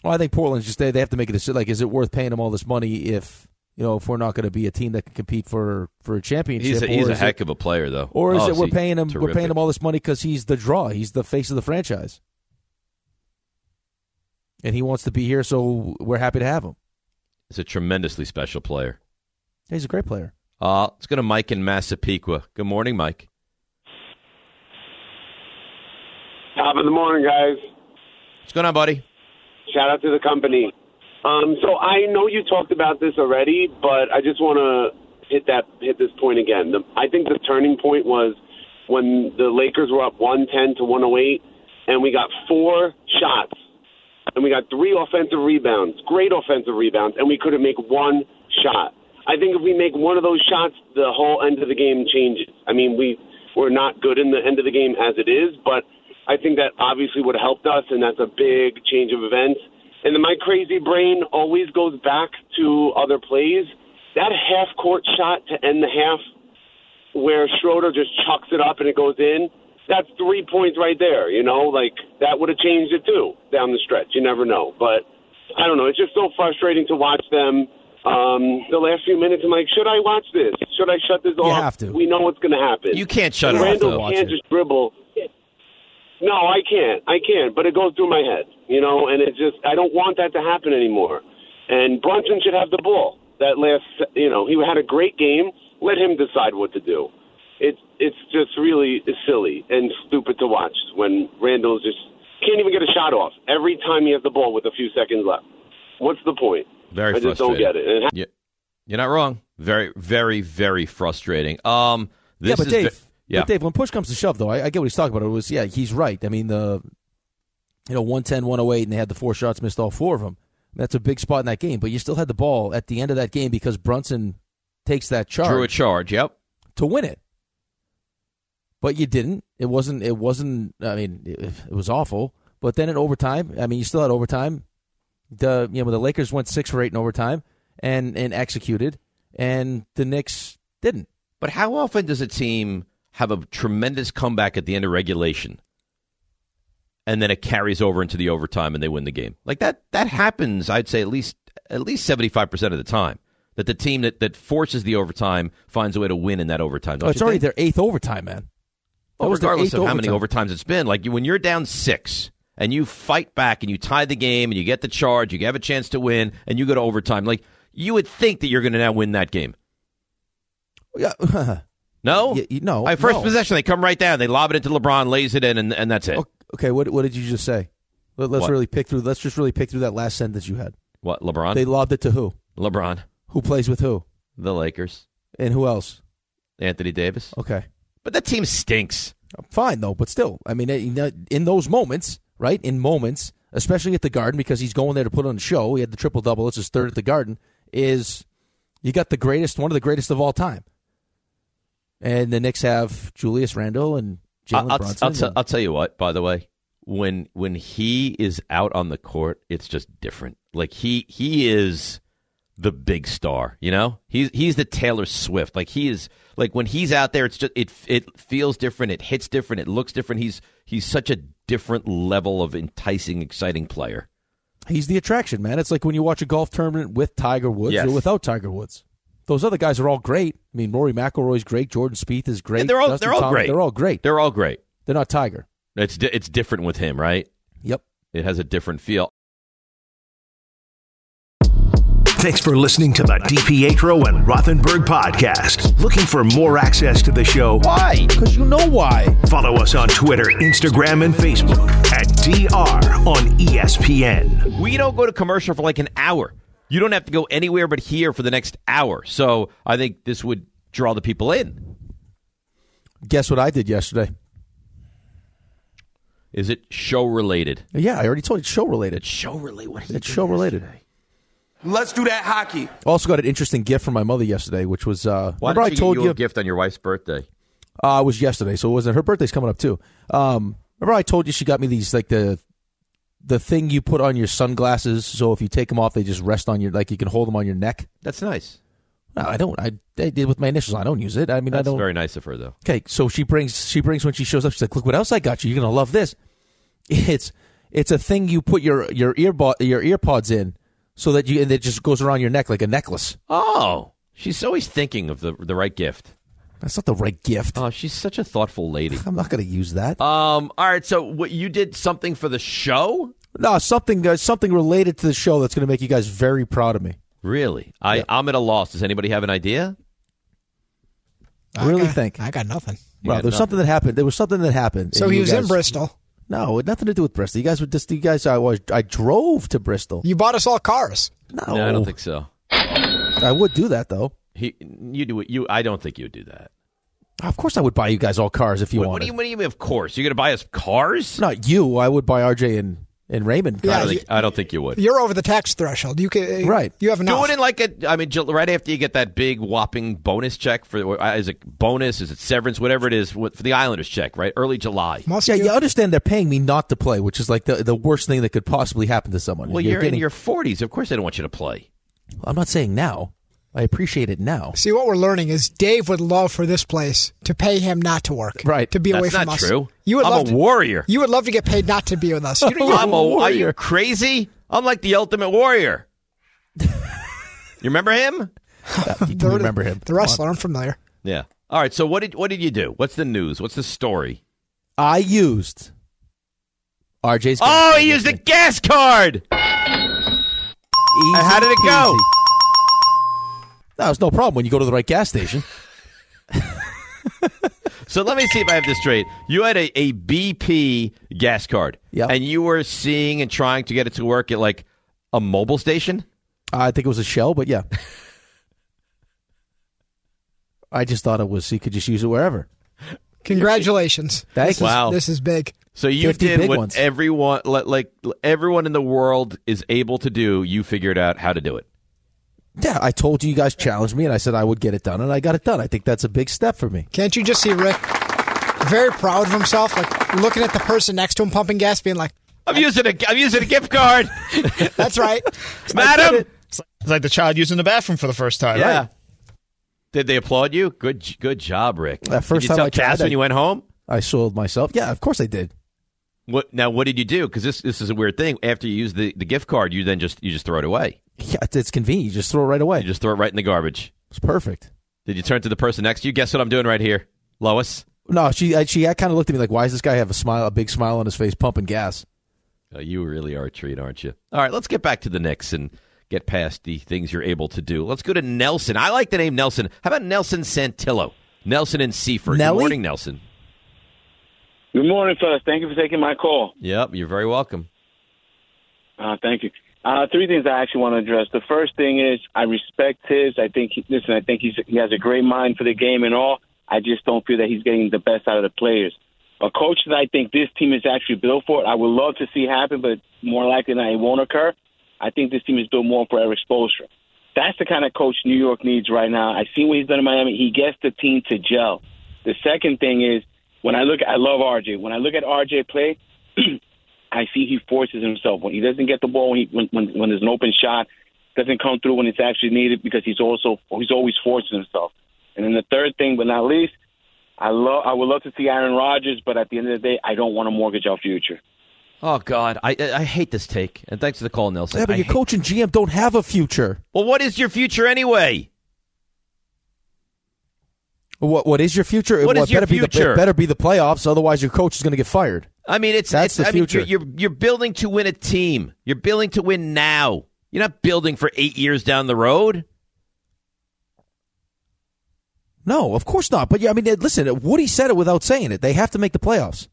S5: Well, I think Portland's just they they have to make a decision. Like, is it worth paying him all this money if you know if we're not going to be a team that can compete for for a championship?
S3: he's a, he's
S5: Or
S3: a
S5: is
S3: heck
S5: it-
S3: of a player, though.
S5: Or is
S3: Oh,
S5: it we're
S3: he
S5: paying him we're
S3: terrific.
S5: paying him all this money because he's the draw, he's the face of the franchise, and he wants to be here, so we're happy to have him.
S3: He's a tremendously special player.
S5: He's a great player.
S3: Uh, let's go to Mike in Massapequa. Good morning, Mike.
S17: Top of the morning, guys.
S3: What's going on, buddy?
S17: Shout out to the company. Um, so I know you talked about this already, but I just want to hit that hit this point again. The, I think the turning point was when the Lakers were up 110 to 108, and we got four shots, and we got three offensive rebounds, great offensive rebounds, and we couldn't make one shot. I think if we make one of those shots, the whole end of the game changes. I mean, we we're not good in the end of the game as it is, but I think that obviously would have helped us, and that's a big change of events. And then my crazy brain always goes back to other plays. That half court shot to end the half where Schroeder just chucks it up and it goes in, that's three points right there, you know? Like, that would have changed it too down the stretch. You never know. But I don't know. It's just so frustrating to watch them. Um, the last few minutes, I'm like, should I watch this? Should I shut this off?
S3: have to.
S17: We know what's going to happen.
S3: You can't shut it off,
S17: Randall
S3: though. Watch
S17: can't
S3: it.
S17: just dribble. No, I can't. I can't. But it goes through my head, you know, and it's just I don't want that to happen anymore. And Brunson should have the ball. That last, you know, he had a great game. Let him decide what to do. It's it's just really silly and stupid to watch when Randall's just can't even get a shot off every time he has the ball with a few seconds left. What's the point?
S3: Very
S17: I just don't
S3: frustrating.
S17: get it. And it
S3: Yeah. You're not wrong. Very, very, very frustrating. Um, this
S5: yeah, but
S3: is
S5: Dave,
S3: ve- yeah.
S5: but Dave, when push comes to shove, though, I, I get what he's talking about. It was yeah, he's right. I mean the, you know, 110, 108, and they had the four shots, missed all four of them. That's a big spot in that game, but you still had the ball at the end of that game because Brunson takes that charge
S3: Drew a charge. Yep.
S5: to win it. But you didn't. It wasn't. It wasn't. I mean, it, it was awful. But then in overtime, I mean, you still had overtime. The you know the Lakers went six for eight in overtime and and executed, and the Knicks didn't.
S3: But how often does a team have a tremendous comeback at the end of regulation, and then it carries over into the overtime and they win the game? Like that. That happens. I'd say at least at least seventy five percent of the time that the team that, that forces the overtime finds a way to win in that overtime. Don't
S5: Oh, it's
S3: you
S5: already
S3: think?
S5: their eighth overtime, man. That
S3: Well,
S5: was their
S3: regardless
S5: eighth
S3: of how many overtimes it's been, like you, when you're down six and you fight back and you tie the game and you get the charge, you have a chance to win, and you go to overtime. Like you would think that you're going to now win that game.
S5: Yeah.
S3: No,
S5: no.
S3: All right, first
S5: no.
S3: possession, they come right down, they lob it into LeBron, lays it in, and, and that's it.
S5: Okay, what what did you just say? Let, us
S3: What?
S5: really pick through. Let's just really pick through that last sentence you had.
S3: What LeBron?
S5: They lobbed it to who?
S3: LeBron,
S5: Who plays with who?
S3: the Lakers,
S5: And who else?
S3: Anthony Davis.
S5: Okay.
S3: But that team stinks.
S5: Fine though, but still, I mean, you know, in those moments, right? In moments, especially at the Garden, because he's going there to put on a show. He had the triple double. It's his third at the Garden. Is you got the greatest, one of the greatest of all time. And the Knicks have Julius Randle and
S3: I-
S5: Jalen
S3: Uh, I'll,
S5: Brunson.
S3: I'll,
S5: and-
S3: will tell you what. By the way, when when he is out on the court, it's just different. Like he he is the big star. You know, he's he's the Taylor Swift. Like he is like when he's out there, it's just it it feels different. It hits different. It looks different. He's he's such a different level of enticing, exciting player.
S5: He's the attraction, man. It's like when you watch a golf tournament with Tiger Woods
S3: Yes.
S5: or without Tiger Woods. Those other guys are all great. I mean, Rory McIlroy's great. Jordan Spieth is great.
S3: Yeah, they're all
S5: Justin
S3: they're all
S5: Thomas-
S3: great.
S5: They're all great.
S3: They're all great.
S5: They're not Tiger.
S3: It's di- it's different with him, right?
S5: Yep.
S3: It has a different feel.
S1: Thanks for listening to the DiPietro and Rothenberg podcast. Looking for more access to the show? Why? Because you know why. Follow us on Twitter, Instagram, and Facebook at DR on E ESPN.
S3: We don't go to commercial for like an hour. You don't have to go anywhere but here for the next hour. So I think this would draw the people in.
S5: Guess what I did yesterday?
S3: Is it show related?
S5: Yeah, I already told you it's show related. It's
S12: Oh,
S3: show related. What
S5: it's show related.
S12: Let's do that hockey.
S5: Also got an interesting gift from my mother yesterday, which was uh,
S3: Why
S5: remember
S3: did
S5: I
S3: she
S5: told
S3: give you a gift on your wife's birthday?
S5: Uh, it was yesterday, so it wasn't. Her birthday's coming up too. Um, remember I told you she got me these like the the thing you put on your sunglasses, so if you take them off, they just rest on your like you can hold them on your neck.
S3: That's nice.
S5: No, I don't. I, I did with my initials. I don't use it. I mean, I
S3: That's
S5: don't.
S3: very nice of her, though.
S5: Okay, so she brings she brings when she shows up. She's like, "Look what else I got you. You're gonna love this. It's it's a thing you put your your earbud your earpods in, so that you and it just goes around your neck like a necklace.
S3: Oh, she's always thinking of the the right gift.
S5: That's not the right gift.
S3: Oh, she's such a thoughtful lady.
S5: I'm not gonna use that.
S3: Um. All right. So what you did something for the show?
S5: No, something uh, something related to the show that's gonna make you guys very proud of me.
S3: Really? I I'm at a loss. Does anybody have an idea?
S5: I really think.
S11: I got nothing.
S3: You
S5: Well,
S3: got
S5: there's something that happened. There was something that happened.
S11: So
S5: and
S11: he
S5: you
S11: was in
S5: guys-
S11: Bristol.
S5: No, it had nothing to do with Bristol. You guys were just you guys. I was I drove to Bristol.
S11: You bought us all cars.
S5: No,
S3: I don't think so.
S5: I would do that though.
S3: He you do it. You I don't think you would do that.
S5: Of course, I would buy you guys all cars if you
S3: What, what
S5: wanted.
S3: do you what do you mean? Of course, you're gonna buy us cars?
S5: Not you. I would buy RJ and, and Raymond.
S3: I,
S5: cars.
S3: don't think, I don't think you would.
S11: You're over the tax threshold. You can
S5: Right.
S11: You have enough.
S3: Do it in like a. I mean, ju- right after you get that big whopping bonus check for or, uh, is it bonus? Is it severance? Whatever it is wh- for the Islanders check, right? Early July.
S5: yeah, you understand they're paying me not to play, which is like the, the worst thing that could possibly happen to someone.
S3: Well, you're, in
S5: getting-
S3: your 40s. Of course, they don't want you to play.
S5: I'm not saying now. I appreciate it now.
S11: See what we're learning is Dave would love for this place to pay him not to work.
S5: Right.
S11: To be away
S3: That's
S11: from
S3: not
S11: us.
S3: true.
S11: You would
S3: I'm
S11: love
S3: a
S11: to-
S3: warrior.
S11: You would love to get paid not to be with us. You, you-
S3: I'm a. Are you crazy? I'm like the ultimate warrior. you remember him?
S5: You can remember him.
S11: the wrestler. I'm familiar.
S3: Yeah. All right. So what did what did you do? What's the news? What's the story?
S5: I used RJ's.
S3: Oh, he used a gas card. And how did it go?
S5: No, it's no problem when you go to the right gas station.
S3: So let me see if I have this straight. You had a, a BP gas card.
S5: Yeah.
S3: And you were seeing and trying to get it to work at like a mobile station?
S5: I think it was a shell, but yeah. I just thought it was. You could just use it wherever.
S11: Congratulations.
S5: Thank
S11: this
S5: you.
S11: Is,
S3: Wow.
S11: This is big.
S3: So you
S5: 50
S3: did
S5: big
S3: what
S5: ones.
S3: everyone like, like everyone in the world is able to do. You figured out how to do it.
S5: Yeah, I told you you guys challenged me, and I said I would get it done, and I got it done. I think that's a big step for me.
S11: Can't you just see Rick very proud of himself, like looking at the person next to him pumping gas, being like,
S3: I'm using a I'm using a gift card.
S11: "That's right."
S3: Madam.
S10: It's like, it's like the child using the bathroom for the first time.
S3: Yeah.
S10: Right?
S3: Did they applaud you? Good j- good job, Rick.
S5: That first
S3: did you
S5: time
S3: tell
S5: I tried,
S3: Cass when
S5: I-
S3: you went home?
S5: I sold myself. Yeah, of course I did.
S3: What now what did you do? Cuz this this is a weird thing. After you use the, the gift card, you then just you just throw it away.
S5: Yeah, it's- it's convenient. You just throw it right away.
S3: You just throw it right in the garbage.
S5: It's perfect.
S3: Did you turn to the person next to you? Guess what I'm doing right here, Lois.
S5: No, she I- she kind of looked at me like, why does this guy have a smile, a big smile on his face, pumping gas?
S3: Uh, you really are a treat, aren't you? All right, let's get back to the Knicks and get past the things you're able to do. Let's go to Nelson. I like the name Nelson. How about Nelson Santillo? Nelson and Seaford. Good
S5: Nelly?
S3: morning, Nelson.
S18: Good morning, fellas. Thank you for taking my call.
S3: Yep, you're very welcome.
S18: Uh, thank you. Uh, three things I actually want to address. The first thing is I respect his. I think he, listen. I think he's he has a great mind for the game and all. I just don't feel that he's getting the best out of the players. A coach that I think this team is actually built for. I would love to see happen, but more likely than not, it won't occur. I think this team is built more for Eric Spoelstra. That's the kind of coach New York needs right now. I've seen what he's done in Miami. He gets the team to gel. The second thing is when I look, I love RJ. When I look at RJ play, I see he forces himself when he doesn't get the ball when, he, when, when when there's an open shot, doesn't come through when it's actually needed because he's also he's always forcing himself. And then the third thing, but not least, I love I would love to see Aaron Rodgers, but at the end of the day, I don't want to mortgage our future.
S3: Oh God, I I I hate this take. And thanks for the call, Nelson.
S5: Yeah, but
S3: I
S5: your
S3: hate-
S5: coach and GM don't have a future.
S3: well, what is your future anyway?
S5: What what is your future?
S3: What
S5: Well,
S3: is
S5: it
S3: your
S5: better Be the,
S3: future?
S5: it better be the playoffs. Otherwise, your coach is going to get fired.
S3: I mean, it's
S5: That's the
S3: it's, I mean,
S5: future.
S3: you're, you're you're building to win a team. You're building to win now. You're not building for eight years down the road.
S5: No, of course not. But yeah, I mean, listen, Woody said it without saying it. They have to make the playoffs.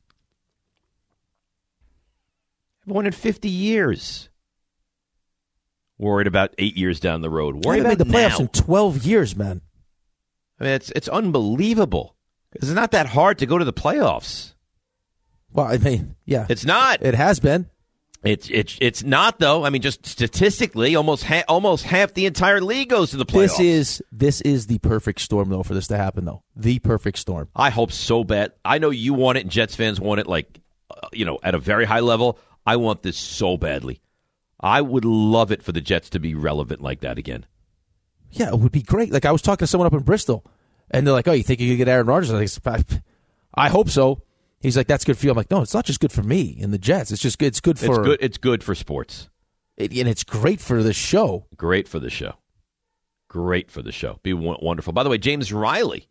S3: I've won in 50 years. Worried about eight years down the road.
S5: They
S3: Worried
S5: haven't
S3: about
S5: made the playoffs
S3: now.
S5: in twelve years, man.
S3: I mean, it's it's unbelievable. It's not that hard to go to the playoffs.
S5: Well, I mean, yeah,
S3: it's not.
S5: It has been.
S3: It's it's it's not though. I mean, just statistically, almost ha- almost half the entire league goes to the playoffs.
S5: This is this is the perfect storm though for this to happen though. The perfect storm.
S3: I hope so bad. I know you want it, and Jets fans want it, like uh, you know, at a very high level. I want this so badly. I would love it for the Jets to be relevant like that again.
S5: Yeah, it would be great. Like I was talking to someone up in Bristol, and they're like, "Oh, you think you could get Aaron Rodgers?" I think, it's- I hope so. He's like, "That's good for you." I'm like, "No, it's not just good for me and the Jets. It's just good. It's good for
S3: it's good. It's good for sports.
S5: It, and it's great for the show.
S3: Great for the show. Great for the show. Be w- wonderful. By the way, James Riley,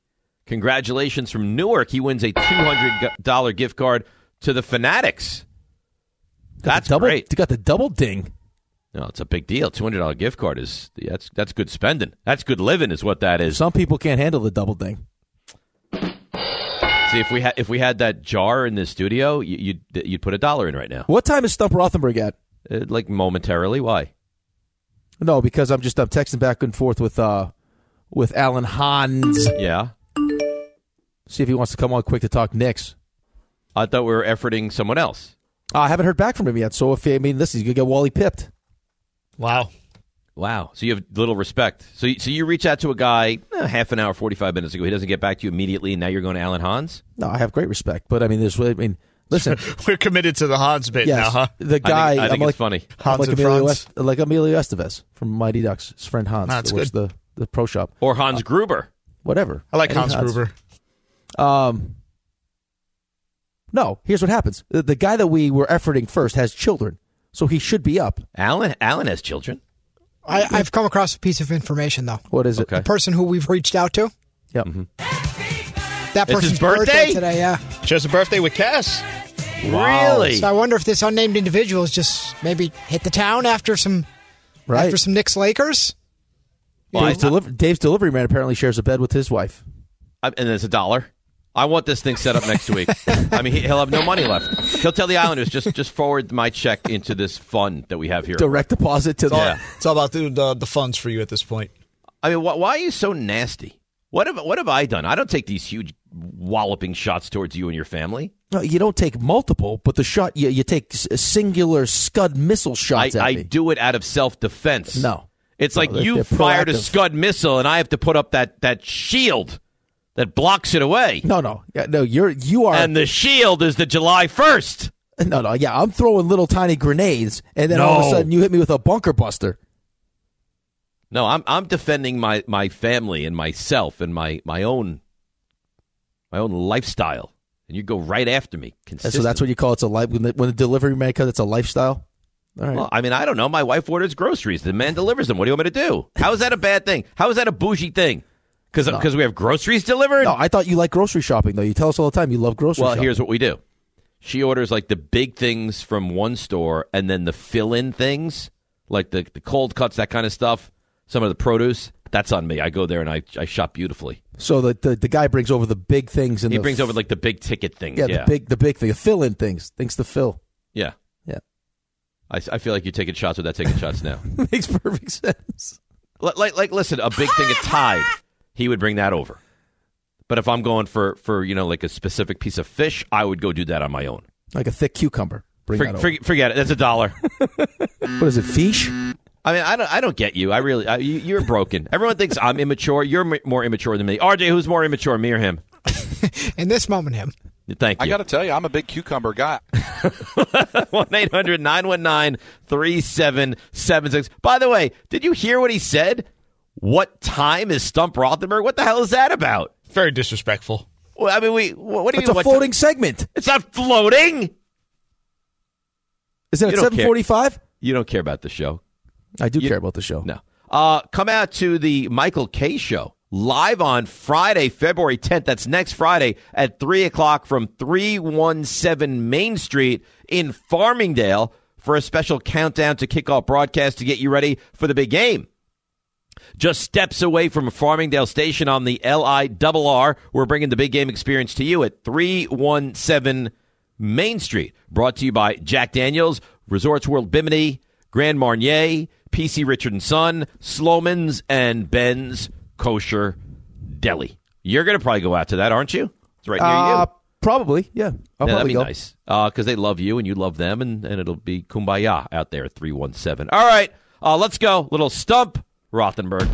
S3: congratulations from Newark. He wins a two hundred dollar gift card to the Fanatics. That's
S5: double,
S3: great.
S5: Got the double ding.
S3: No, it's a big deal. Two hundred dollar gift card is that's that's good spending. That's good living, is what that is.
S5: Some people can't handle the double ding.
S3: See if we had if we had that jar in the studio, you, you'd you'd put a dollar in right now.
S5: What time is Stump Rothenberg at?
S3: Uh, like momentarily, why?
S5: No, because I'm just I'm texting back and forth with uh with Alan Hans.
S3: Yeah,
S5: See if he wants to come on quick to talk Knicks.
S3: I thought we were efforting someone else.
S5: Uh, I haven't heard back from him yet. So if I mean, this is gonna get Wally pipped.
S3: Wow, wow. So you have little respect. So you- so you reach out to a guy eh, half an hour, forty five minutes ago. He doesn't get back to you immediately, and now you're going to Alan Hans.
S5: No, I have great respect, but I mean, there's I mean, listen,
S10: We're committed to the Hans bit
S5: yes,
S10: now, huh?
S5: the guy.
S3: I think
S5: am
S3: it's
S5: like,
S3: funny.
S5: I'm
S10: Hans
S5: like
S10: and
S5: Emilio,
S10: Franz.
S5: Est- like Emilio Estevez from Mighty Ducks, his friend Hans,
S10: That's
S5: which
S10: good.
S5: the the pro shop
S3: or Hans Gruber,
S5: Uh, whatever.
S10: I like
S5: Any
S10: Hans Gruber.
S5: Um, no, here's what happens: the, the guy that we were efforting first has children, so he should be up.
S3: Alan Alan has children.
S11: I, I've come across a piece of information though.
S5: What is it?
S11: The person who we've reached out to,
S5: Yep.
S11: that
S10: Mm-hmm. It's
S11: person's
S10: his birthday?
S11: today. Yeah.
S10: Shares a birthday with Cass.
S11: So I wonder if this unnamed individual is just maybe hit the town after some
S5: Right.
S11: after some Knicks Lakers.
S5: Dave's, deliver- Dave's delivery man apparently shares a bed with his wife.
S3: I- and it's a dollar. I want this thing set up next week. I mean, he- he'll have no money left. He'll tell the Islanders just just forward my check into this fund that we have here.
S5: Direct deposit to the.
S3: Yeah.
S19: It's all about the, the the funds for you at this point.
S3: I mean, wh- why are you so nasty? What have what have I done? I don't take these huge walloping shots towards you and your family.
S5: No, you don't take multiple, but the shot you, you take s- singular scud missile
S3: I,
S5: shots at
S3: I
S5: me.
S3: do it out of self defense.
S5: No.
S3: it's
S5: No,
S3: like
S5: they're-
S3: you
S5: they're
S3: fired a
S5: proactive.
S3: Scud missile, and I have to put up that that shield that blocks it away.
S5: No, no, yeah, no. You're you are.
S3: and the shield is the July first.
S5: no, no. Yeah, I'm throwing little tiny grenades, and then all of a
S3: No.
S5: sudden you hit me with a bunker buster.
S3: No, I'm I'm defending my my family and myself and my my own my own lifestyle, and you go right after me.
S5: And so that's what you call it's a life when the, when the delivery man comes. It's a lifestyle. All right.
S3: Well, I mean, I don't know. My wife orders groceries. The man delivers them. What do you want me to do? How is that a bad thing? How is that a bougie thing? Because we have groceries delivered?
S5: no, I thought you like grocery shopping though. You tell us all the time you love grocery.
S3: Well,
S5: shopping.
S3: here's what we do. She orders like the big things from one store and then the fill in things, like the, the cold cuts, that kind of stuff, some of the produce. That's on me. I go there and I, I shop beautifully.
S5: so the, the the guy brings over the big things and
S3: he
S5: the,
S3: brings over like the big ticket things.
S5: yeah,
S3: Yeah.
S5: the big the big thing the fill in things things to fill.
S3: yeah.
S5: Yeah.
S3: I, I feel like you're taking shots without taking shots now.
S5: Makes perfect sense.
S3: like, like, like, listen, a big thing of tide, he would bring that over. But if I'm going for, for, you know, like a specific piece of fish, I would go do that on my own.
S5: Like a thick cucumber. Bring
S3: For-
S5: that over.
S3: forget, forget it. That's a dollar.
S5: what is it? Fish.
S3: I mean, I don't, I don't get you. I really, I, you, you're broken. Everyone thinks I'm immature. You're m- more immature than me. RJ, who's more immature, me or him?
S11: In this moment, him.
S3: Thank
S20: I
S3: you.
S20: got to tell you, I'm a big cucumber guy.
S3: 1 800 919 3776. By the way, did you hear what he said? What time is Stump Rothenberg? What the hell is that about?
S10: Very disrespectful.
S3: Well, I mean, we. What, what do you
S5: It's
S3: mean?
S5: a
S3: what
S5: floating
S3: ti-
S5: segment.
S3: It's not floating.
S5: Is it at
S3: You don't care.
S5: seven forty five?
S3: You don't care about the show.
S5: I do care about the show.
S3: No. Uh, come out to the Michael K show live on Friday, February 10th. That's next Friday at 3 o'clock from 317 Main Street in Farmingdale for a special countdown to kickoff broadcast to get you ready for the big game just steps away from Farmingdale Station on the LIRR. We're bringing the big game experience to you at 317 Main Street. Brought to you by Jack Daniels, Resorts World Bimini, Grand Marnier, PC Richard and Son, Sloman's, and Ben's Kosher Deli. You're going to probably go out to that, aren't you? It's right near
S5: Uh,
S3: you.
S5: probably, yeah. I'll
S3: Yeah, that'd
S5: probably
S3: be
S5: go.
S3: nice because they love you and you love them, and, and it'll be kumbaya out there at 317. All right, uh, let's go. Little stump, Rothenberg.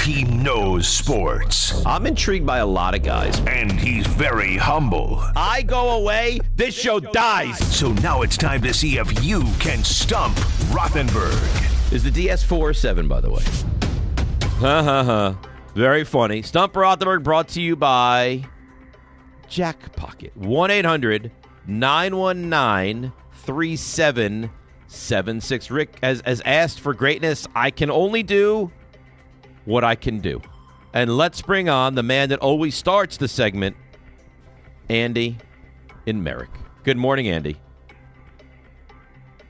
S1: He knows sports.
S3: I'm intrigued by a lot of guys.
S1: And he's very humble.
S3: I go away, this show dies.
S1: So now it's time to see if you can stump Rothenberg.
S3: Is the DS four or seven, by the way? Ha ha ha. Very funny. Stump Rothenberg brought to you by Jack Pocket. 1 800 919 3776. Rick has, has asked for greatness. I can only do what I can do. And let's bring on the man that always starts the segment, Andy in Merrick. Good morning, Andy.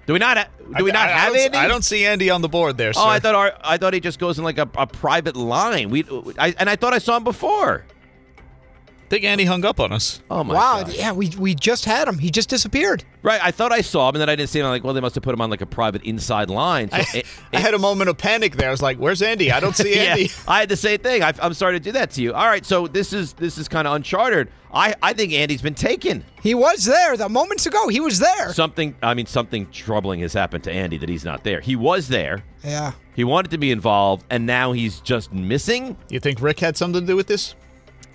S3: Do we not ha- do we
S10: I-
S3: not
S10: I- I
S3: have
S10: don't s-
S3: Andy?
S10: I don't see Andy on the board there.
S3: Oh,
S10: sir.
S3: I thought our, I thought he just goes in like a, a private line. We, I, and I thought I saw him before.
S10: think Andy hung up on us.
S3: Oh my
S11: wow.
S3: God.
S11: Yeah, we, we just had him. He just disappeared.
S3: Right, I thought I saw him, and then I didn't see him. I'm like, well, they must have put him on like a private inside line. So it-
S10: I had a moment of panic there. I was like, "Where's Andy? I don't see
S3: Yeah,
S10: Andy."
S3: I had the same thing. I, I'm sorry to do that to you. All right, so this is this is kind of uncharted. I, I think Andy's been taken.
S11: He was there the moments ago. He was there.
S3: Something, I mean, something troubling has happened to Andy that he's not there. He was there.
S11: Yeah.
S3: He wanted to be involved, and now he's just missing.
S10: You think Rick had something to do with this?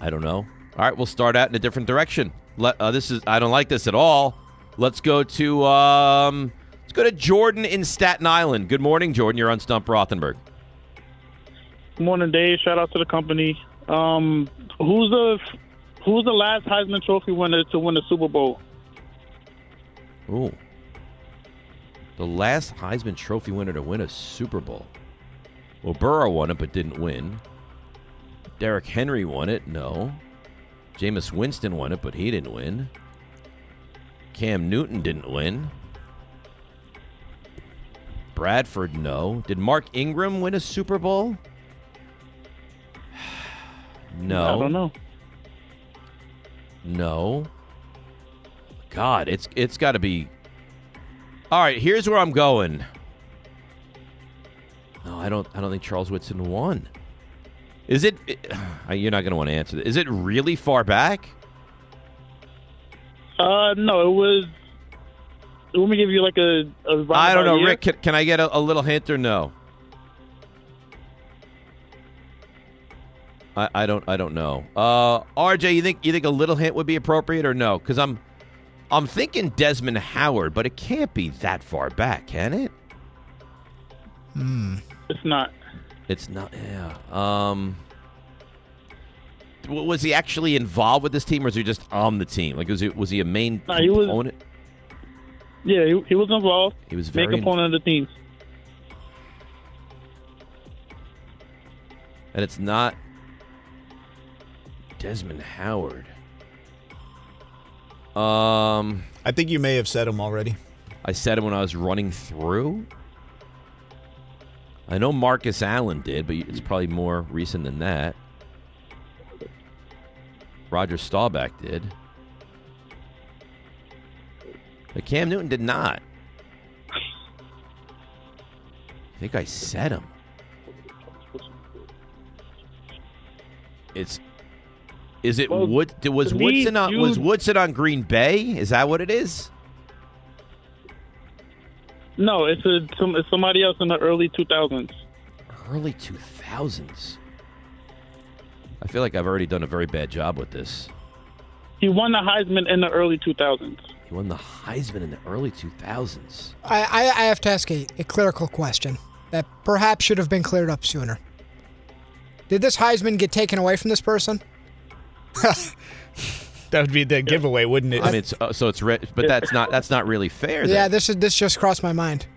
S3: I don't know. All right, we'll start out in a different direction. Let, uh, this is I don't like this at all. Let's go to um, let's go to Jordan in Staten Island. Good morning, Jordan. You're on Stump Rothenberg.
S21: Good morning, Dave. Shout out to the company. Um, who's the who's the last Heisman Trophy winner to win the Super Bowl?
S3: Ooh, the last Heisman Trophy winner to win a Super Bowl. Well, Burrow won it but didn't win. Derrick Henry won it. No. Jameis Winston won it, but he didn't win. Cam Newton didn't win. Bradford, no. Did Mark Ingram win a Super Bowl? No.
S21: I don't know.
S3: No. God, it's it's got to be. All right, here's where I'm going. No, I don't. I don't think Charles Woodson won. Is it? it- you're not going to want to answer this. Is it really far back?
S21: Uh, no, it was. Let me give you like a. a
S3: I don't
S21: roundabout
S3: know,
S21: year.
S3: Rick. Can, can I get a, a little hint or no? I, I don't. I don't know. Uh, RJ, you think you think a little hint would be appropriate or no? Because I'm, I'm thinking Desmond Howard, but it can't be that far back, can it?
S21: Hmm. It's not.
S3: It's not. Yeah. Um. w- Was he actually involved with this team, or was he just on the team? Like, was he was he a main
S21: No, he was-
S3: component?
S21: Yeah, he, he was involved.
S3: He was
S21: Big
S3: very in-
S21: component of the team.
S3: and it's not Desmond Howard. Um,
S10: I think you may have said him already.
S3: I said him when I was running through. I know Marcus Allen did, but it's probably more recent than that. Roger Staubach did. But Cam Newton did not. I think I said him. It's is it
S21: Well,
S3: Wood? did- Was
S21: to me,
S3: Woodson on
S21: you-
S3: was Woodson on Green Bay? Is that what it is?
S21: No, it's a some, it's somebody else in the early 2000s.
S3: Early 2000s. I feel like I've already done a very bad job with this.
S21: He won the Heisman in the early 2000s.
S3: He won the Heisman in the early 2000s.
S11: I, I, I have to ask a, a clerical question that perhaps should have been cleared up sooner. Did this Heisman get taken away from this person?
S10: That would be the giveaway, wouldn't it?
S3: I mean, it's, uh, so it's re- but that's not that's not really fair.
S11: yeah,
S3: then.
S11: this is this just crossed my mind.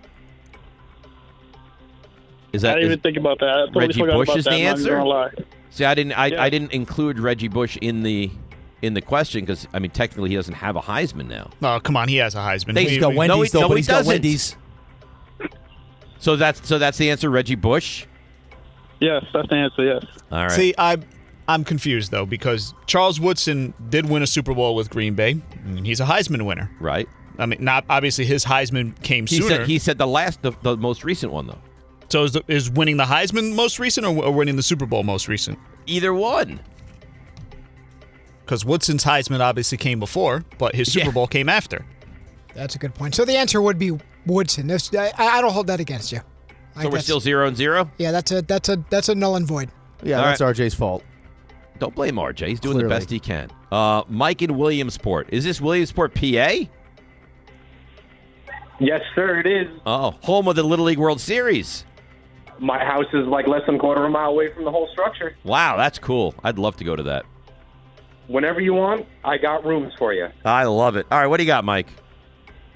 S3: Is that
S21: I didn't
S3: is-
S21: even think about that. I totally
S3: Reggie
S21: forgot
S3: Bush
S21: about
S3: is
S21: that.
S3: the
S21: I'm not even
S3: answer?
S21: gonna lie.
S3: See, I didn't. I, I didn't include Reggie Bush in the in the question because I mean, technically, he doesn't have a Heisman now.
S10: Oh, come on. He has a Heisman.
S3: They-
S10: We-
S3: he's got
S10: we-
S3: Wendy's, though, but he's got
S10: doesn't.
S3: Wendy's. So that's so that's the answer, Reggie Bush.
S21: Yes, that's the answer. Yes.
S3: All right.
S10: See, I, I'm confused though because Charles Woodson did win a Super Bowl with Green Bay. and he's a Heisman winner,
S3: right?
S10: I mean, not obviously his Heisman came
S3: He
S10: sooner.
S3: said he said the last the, the most recent one though.
S10: so is, the, is winning the Heisman most recent or, or winning the Super Bowl most recent?
S3: Either one.
S10: Because Woodson's Heisman obviously came before, but his Super Bowl came after.
S11: That's a good point. So the answer would be Woodson. This- I, I don't hold that against you. I
S3: So we're
S11: guess-
S3: still zero and zero.
S11: Yeah, that's a that's a that's a null and void.
S5: Yeah,
S3: All
S5: that's RJ's fault.
S3: Don't blame RJ. He's doing
S5: Clearly.
S3: the best he can. Uh, Mike in Williamsport. Is this Williamsport, PA?
S4: Yes, sir, it is.
S3: Oh, home of the Little League World Series.
S4: My house is like less than a quarter of a mile away from the whole structure.
S3: Wow, that's cool. I'd love to go to that.
S4: Whenever you want, I got rooms for you.
S3: I love it. All right, what do you got, Mike?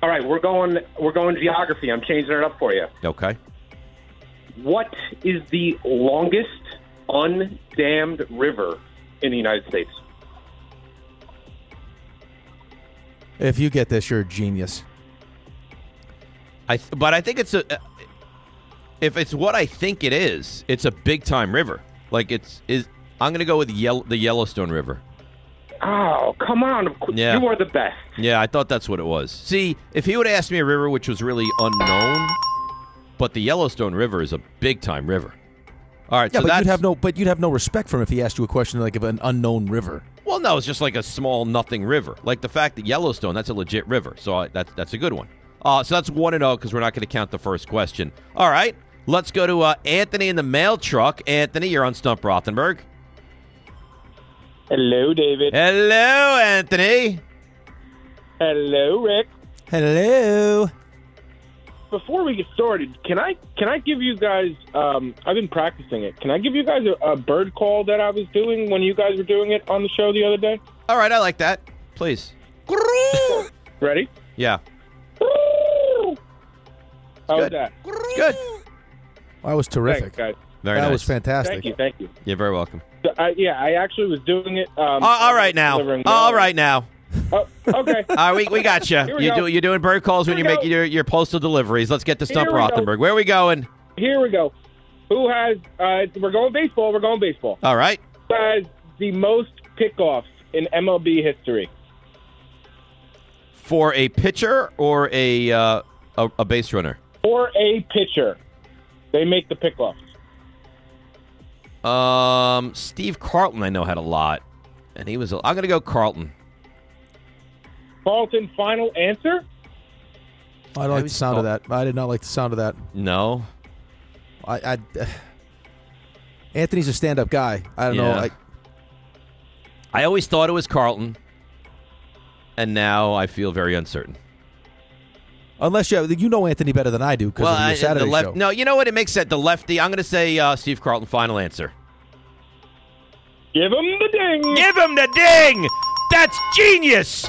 S4: All right, we're going we're going geography. I'm changing it up for you.
S3: Okay.
S4: What is the longest undammed river in the United States?
S5: If you get this, you're a genius.
S3: I th- but I think it's a uh, if it's what I think it is, it's a big time river. Like it's is I'm going to go with Yell- the Yellowstone River.
S4: Oh, come on. Of cou-
S3: Yeah.
S4: You are the best.
S3: Yeah, I thought that's what it was. See, if he would have asked me a river which was really unknown, but the Yellowstone River is a big time river. All right,
S5: Yeah,
S3: so
S5: but
S3: that's
S5: you'd have no, but you'd have no respect for him if he asked you a question like of an unknown river.
S3: well, no, it's just like a small nothing river. Like the fact that Yellowstone, that's a legit river. So I, that's that's a good one. Uh, so that's one and zero because we're not going to count the first question. All right, let's go to uh, Anthony in the mail truck. Anthony, you're on Stump Rothenberg.
S6: Hello, David.
S3: Hello, Anthony.
S6: Hello, Rick.
S5: Hello.
S6: Before we get started, can I can I give you guys? Um, I've been practicing it. Can I give you guys a, a bird call that I was doing when you guys were doing it on the show the other day?
S3: All right, I like that. Please.
S6: Ready?
S3: Yeah.
S6: How was
S3: Good.
S6: that?
S3: Good.
S5: That was terrific.
S6: Thanks, guys.
S3: Very
S5: that
S3: nice.
S5: was fantastic.
S6: Thank you. Thank you.
S3: You're very welcome.
S6: So, I, yeah, I actually was doing it. Um,
S3: Uh, all right now.
S6: delivering
S3: All
S6: mail.
S3: right now.
S6: Okay.
S3: All right, we, we got you.
S6: Here we
S3: You
S6: go.
S3: do, you're doing bird calls when you
S6: Here we
S3: make
S6: go.
S3: your, your postal deliveries. Let's get to Stump
S6: Here we go.
S3: Rothenberg. Where are we going?
S6: Here we go. Who has? Uh, we're going baseball. We're going baseball.
S3: All right.
S6: Who has the most pickoffs in MLB history?
S3: For a pitcher or a uh, a, a base runner?
S6: For a pitcher, they make the pickoffs.
S3: Um, Steve Carlton, I know, had a lot. And he was, a- I'm going to go Carlton.
S6: Carlton, final answer.
S5: I don't like the sound of that. I did not like the sound of that.
S3: No.
S5: I, I Anthony's a stand-up guy. I don't know.
S3: Yeah.
S5: I,
S3: I always thought it was Carlton. And now I feel very uncertain.
S5: unless you you know Anthony better than I do because of
S3: I-
S5: your Saturday
S3: the left,
S5: show.
S3: No, you know what? It makes sense. The lefty. I'm going to say uh, Steve Carlton, final answer.
S6: Give him the ding.
S3: Give him the ding. That's genius.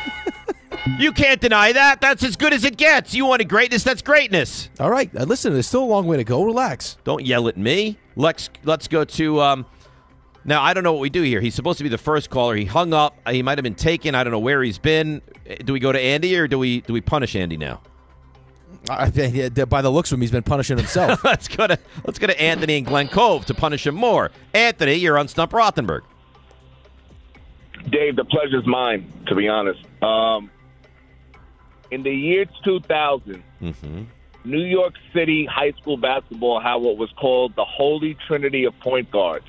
S3: you can't deny that. That's as good as it gets. You wanted greatness. That's greatness.
S5: All right, uh, listen. There's still a long way to go. Relax.
S3: Don't yell at me. Let's let's go to. Um, now I don't know what we do here. He's supposed to be the first caller. He hung up. Uh, He might have been taken. I don't know where he's been. Uh, Do we go to Andy or do we do we punish Andy now?
S5: I, I, by the looks of him, he's been punishing himself.
S3: let's go to let's go to Anthony and Glen Cove to punish him more. Anthony, you're on Stump Rothenberg.
S6: Dave, the pleasure's mine, to be honest. Um, in the year 2000,
S3: Mm-hmm.
S6: New York City high school basketball had what was called the Holy Trinity of point guards.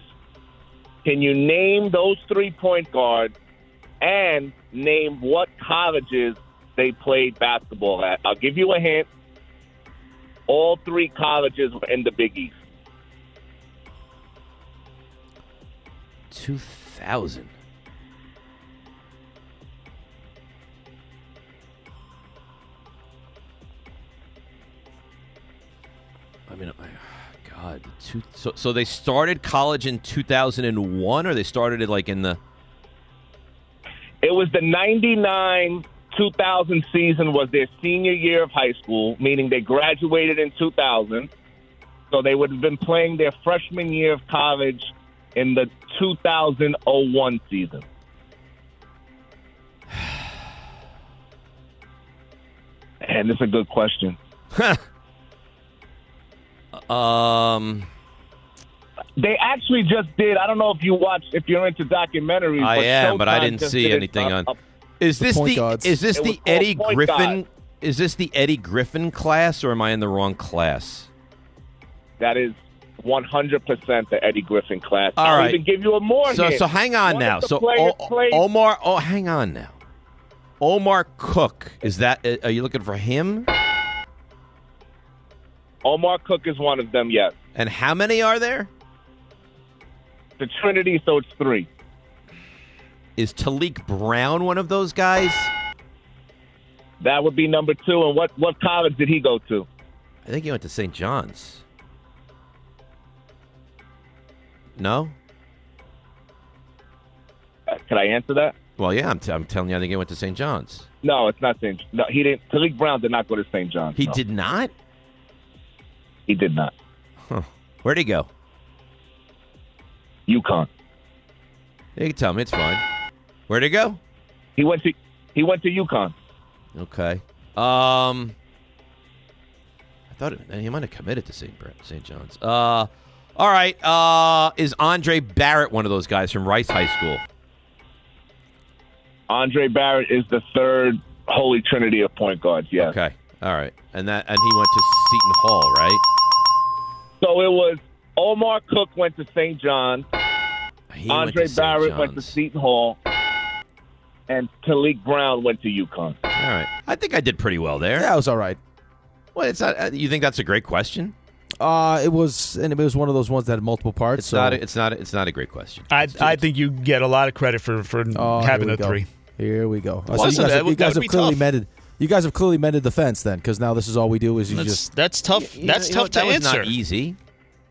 S6: Can you name those three point guards and name what colleges they played basketball at? I'll give you a hint. All three colleges were in the Big East.
S3: 2000. I mean, I, God, the two, so so they started college in 2001, or they started it like in the
S6: It was the 99 2000 season was their senior year of high school, meaning they graduated in 2000. So they would have been playing their freshman year of college in the 2001 season? And it's a good question.
S3: Um,
S6: They actually just did. I don't know if you watch, if you're into documentaries.
S3: I
S6: but
S3: am, but I
S6: Showtime
S3: didn't
S6: just
S3: see
S6: did an
S3: anything on.
S6: up-
S3: Is
S6: The
S3: this
S6: point
S3: the
S6: guards.
S3: is this
S6: It was
S3: the
S6: called
S3: Eddie
S6: point
S3: Griffin?
S6: guard.
S3: Is this the Eddie Griffin class, or am I in the wrong class?
S6: That is 100% the Eddie Griffin class.
S3: All
S6: I'll
S3: right.
S6: even give you a more
S3: So,
S6: hint.
S3: so hang on
S6: One of
S3: now.
S6: the
S3: So
S6: players
S3: O-
S6: played-
S3: Omar, oh, hang on now. Omar Cook is that? uh, Are you looking for him?
S6: Omar Cook is one of them, yes.
S3: And how many are there?
S6: The Trinity, so it's three.
S3: Is Talik Brown one of those guys?
S6: That would be number two. And what, what college did he go to?
S3: I think he went to St. John's. No.
S6: Uh, Can I answer that?
S3: Well, yeah, I'm, t- I'm telling you, I think he went to St. John's.
S6: No, it's not St. No, he didn't. Talik Brown did not go to St. John's.
S3: He
S6: no.
S3: did not.
S6: He did not.
S3: Huh. Where'd he go?
S6: UConn.
S3: You can tell me it's fine. Where'd he go?
S6: He went to he went to UConn.
S3: Okay. Um, I thought it, he might have committed to St. Bra- St. John's. Uh, all right. Uh, is Andre Barrett one of those guys from Rice High School?
S6: Andre Barrett is the third Holy Trinity of point guards. Yes.
S3: Okay. All right. And that and he went to Seton Hall, right?
S6: So it was Omar Cook went to St. John.
S3: He went
S6: Andre
S3: to St.
S6: Barrett went to
S3: John's.
S6: Seton Hall, and Talik Brown went to UConn.
S3: All right. I think I did pretty well there.
S5: Yeah, it was all right.
S3: Well, it's not. uh, You think that's a great question?
S5: Uh, it was, and it was one of those ones that had multiple parts.
S3: It's
S5: so
S3: not. A, it's not. A, it's not a great question.
S10: I, I think you get a lot of credit for, for
S5: Oh,
S10: having
S5: here
S10: the
S5: we go.
S10: three.
S5: Here we go.
S10: Well,
S5: So you
S10: listen,
S5: guys,
S10: that
S5: have,
S10: would-
S5: you
S10: that
S5: guys
S10: would
S5: have
S10: be
S5: clearly
S10: tough.
S5: mended. You guys have clearly mended the fence then, because now this is all we do is you
S10: That's
S5: just.
S10: that's tough.
S3: You- you
S10: that's
S3: know- you know
S10: tough
S3: what? that
S10: to
S3: was
S10: answer.
S3: Not easy.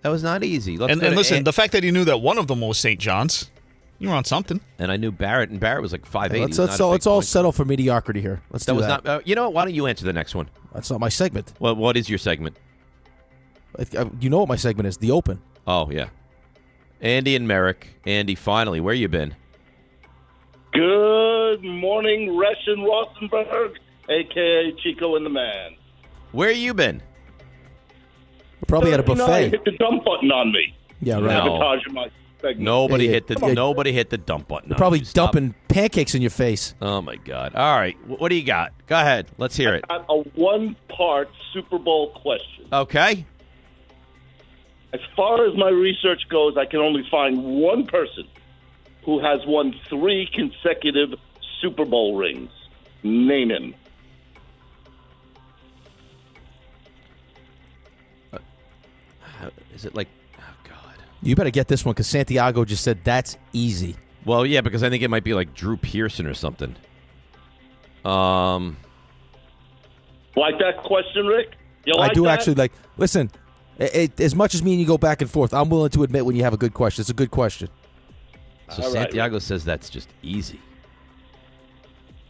S3: That was not easy. Let's
S10: and
S3: go
S10: and
S3: to
S10: listen,
S3: An-
S10: the fact that he knew that one of them was St. John's, you were on something.
S3: and I knew Barrett, and Barrett was like five eight.
S5: Let's, let's all, let's all settle for mediocrity here. Let's
S3: That
S5: do
S3: was
S5: that.
S3: not. Uh, you know what? Why don't you answer the next one?
S5: That's not my segment.
S3: Well, what is your segment?
S5: I- I- uh, You know what my segment is? The Open.
S3: Oh yeah, Andy and Merrick. Andy, finally, where you been?
S2: Good morning, Russian Rosenberg, aka Chico and the Man.
S3: Where you been?
S5: Probably at a buffet.
S2: Uh, hit the dump button on me.
S5: Yeah, right.
S2: Sabotaging my segment.
S3: Nobody
S5: Yeah, yeah.
S3: hit the
S5: Come on.
S3: nobody hit the dump button.
S5: You're
S3: on
S5: probably
S3: you. Stop.
S5: dumping pancakes in your face.
S3: Oh my God! All right, wh- what do you got? Go ahead. Let's hear it.
S2: Got a one-part Super Bowl question.
S3: Okay.
S2: As far as my research goes, I can only find one person who has won three consecutive Super Bowl rings. Name him.
S3: How- Is it like?
S5: You better get this one because Santiago just said that's easy.
S3: Well, yeah, because I think it might be like Drew Pearson or something. Um.
S2: Like that question, Rick? You like
S5: I do
S2: that?
S5: actually like. Listen, it, it, as much as me and you go back and forth, I'm willing to admit when you have a good question. It's a good question.
S3: So
S2: All right.
S3: Santiago says that's just easy.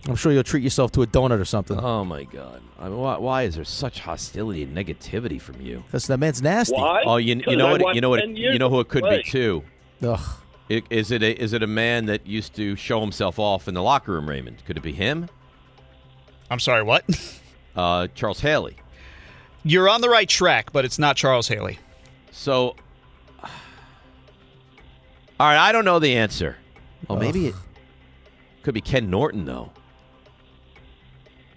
S5: I'm sure you'll treat yourself to a donut or something.
S3: Oh my God! I mean, why, why is there such hostility and negativity from you?
S5: Because that man's nasty.
S3: Oh, you, you know what? You know what? You know who it could be too.
S5: Ugh.
S3: I- Is it a, is it a man that used to show himself off in the locker room, Raymond? Could it be him?
S10: I'm sorry, what?
S3: Uh, Charles Haley.
S10: You're on the right track, but it's not Charles Haley.
S3: So, all right, I don't know the answer. Oh, maybe it could be Ken Norton though.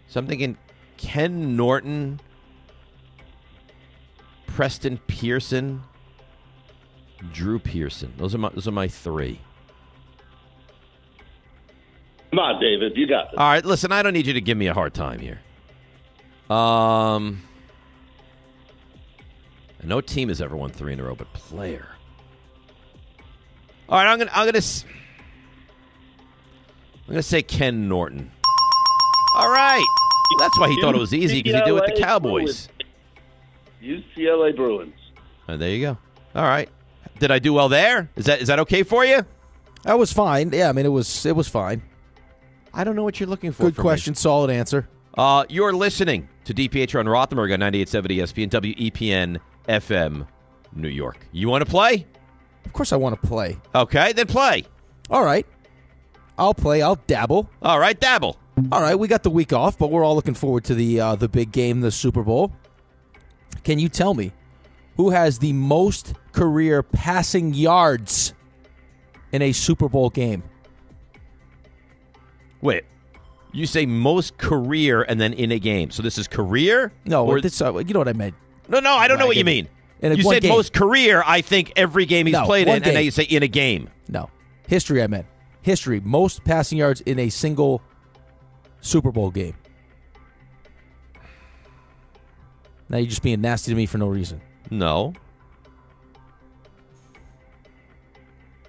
S3: So I'm thinking Ken Norton, Preston Pearson, Drew Pearson. Those are my those are my three.
S2: Come on, David. You got this.
S3: All right, listen, I don't need you to give me a hard time here. Um, and no team has ever won three in a row, but player. All right, I'm gonna, I'm gonna, s- I'm gonna say Ken Norton. All right, that's why he thought it was easy because he did it with the
S2: UCLA
S3: Cowboys.
S2: Bruins. UCLA Bruins.
S3: And there you go. All right, did I do well there? Is that is that okay for you?
S5: That was fine. Yeah, I mean it was it was fine.
S3: I don't know what you're looking for
S5: Good
S3: from me.
S5: question, solid answer.
S3: Uh, you're listening to DPH on E Rothenberg on 98.7 ESPN, WEPN FM, New York. You want to play?
S5: Of course, I want to play.
S3: Okay, then play.
S5: All right, I'll play. I'll dabble.
S3: All right, dabble.
S5: All right, we got the week off, but we're all looking forward to the uh, the big game, the Super Bowl. Can you tell me who has the most career passing yards in a Super Bowl game?
S3: Wait, you say most career and then in a game. So this is career?
S5: No,
S3: Or-
S5: this, uh, you know what I meant.
S3: no, no. I don't know what you
S5: didn't.
S3: mean.
S5: In a-
S3: you
S5: one
S3: said
S5: game.
S3: most career. I think every game he's
S5: No,
S3: played
S5: one
S3: in, and now
S5: game.
S3: you say in a game.
S5: No, history. I meant history. Most passing yards in a single Super Bowl game. Now you're just being nasty to me for no reason.
S3: No.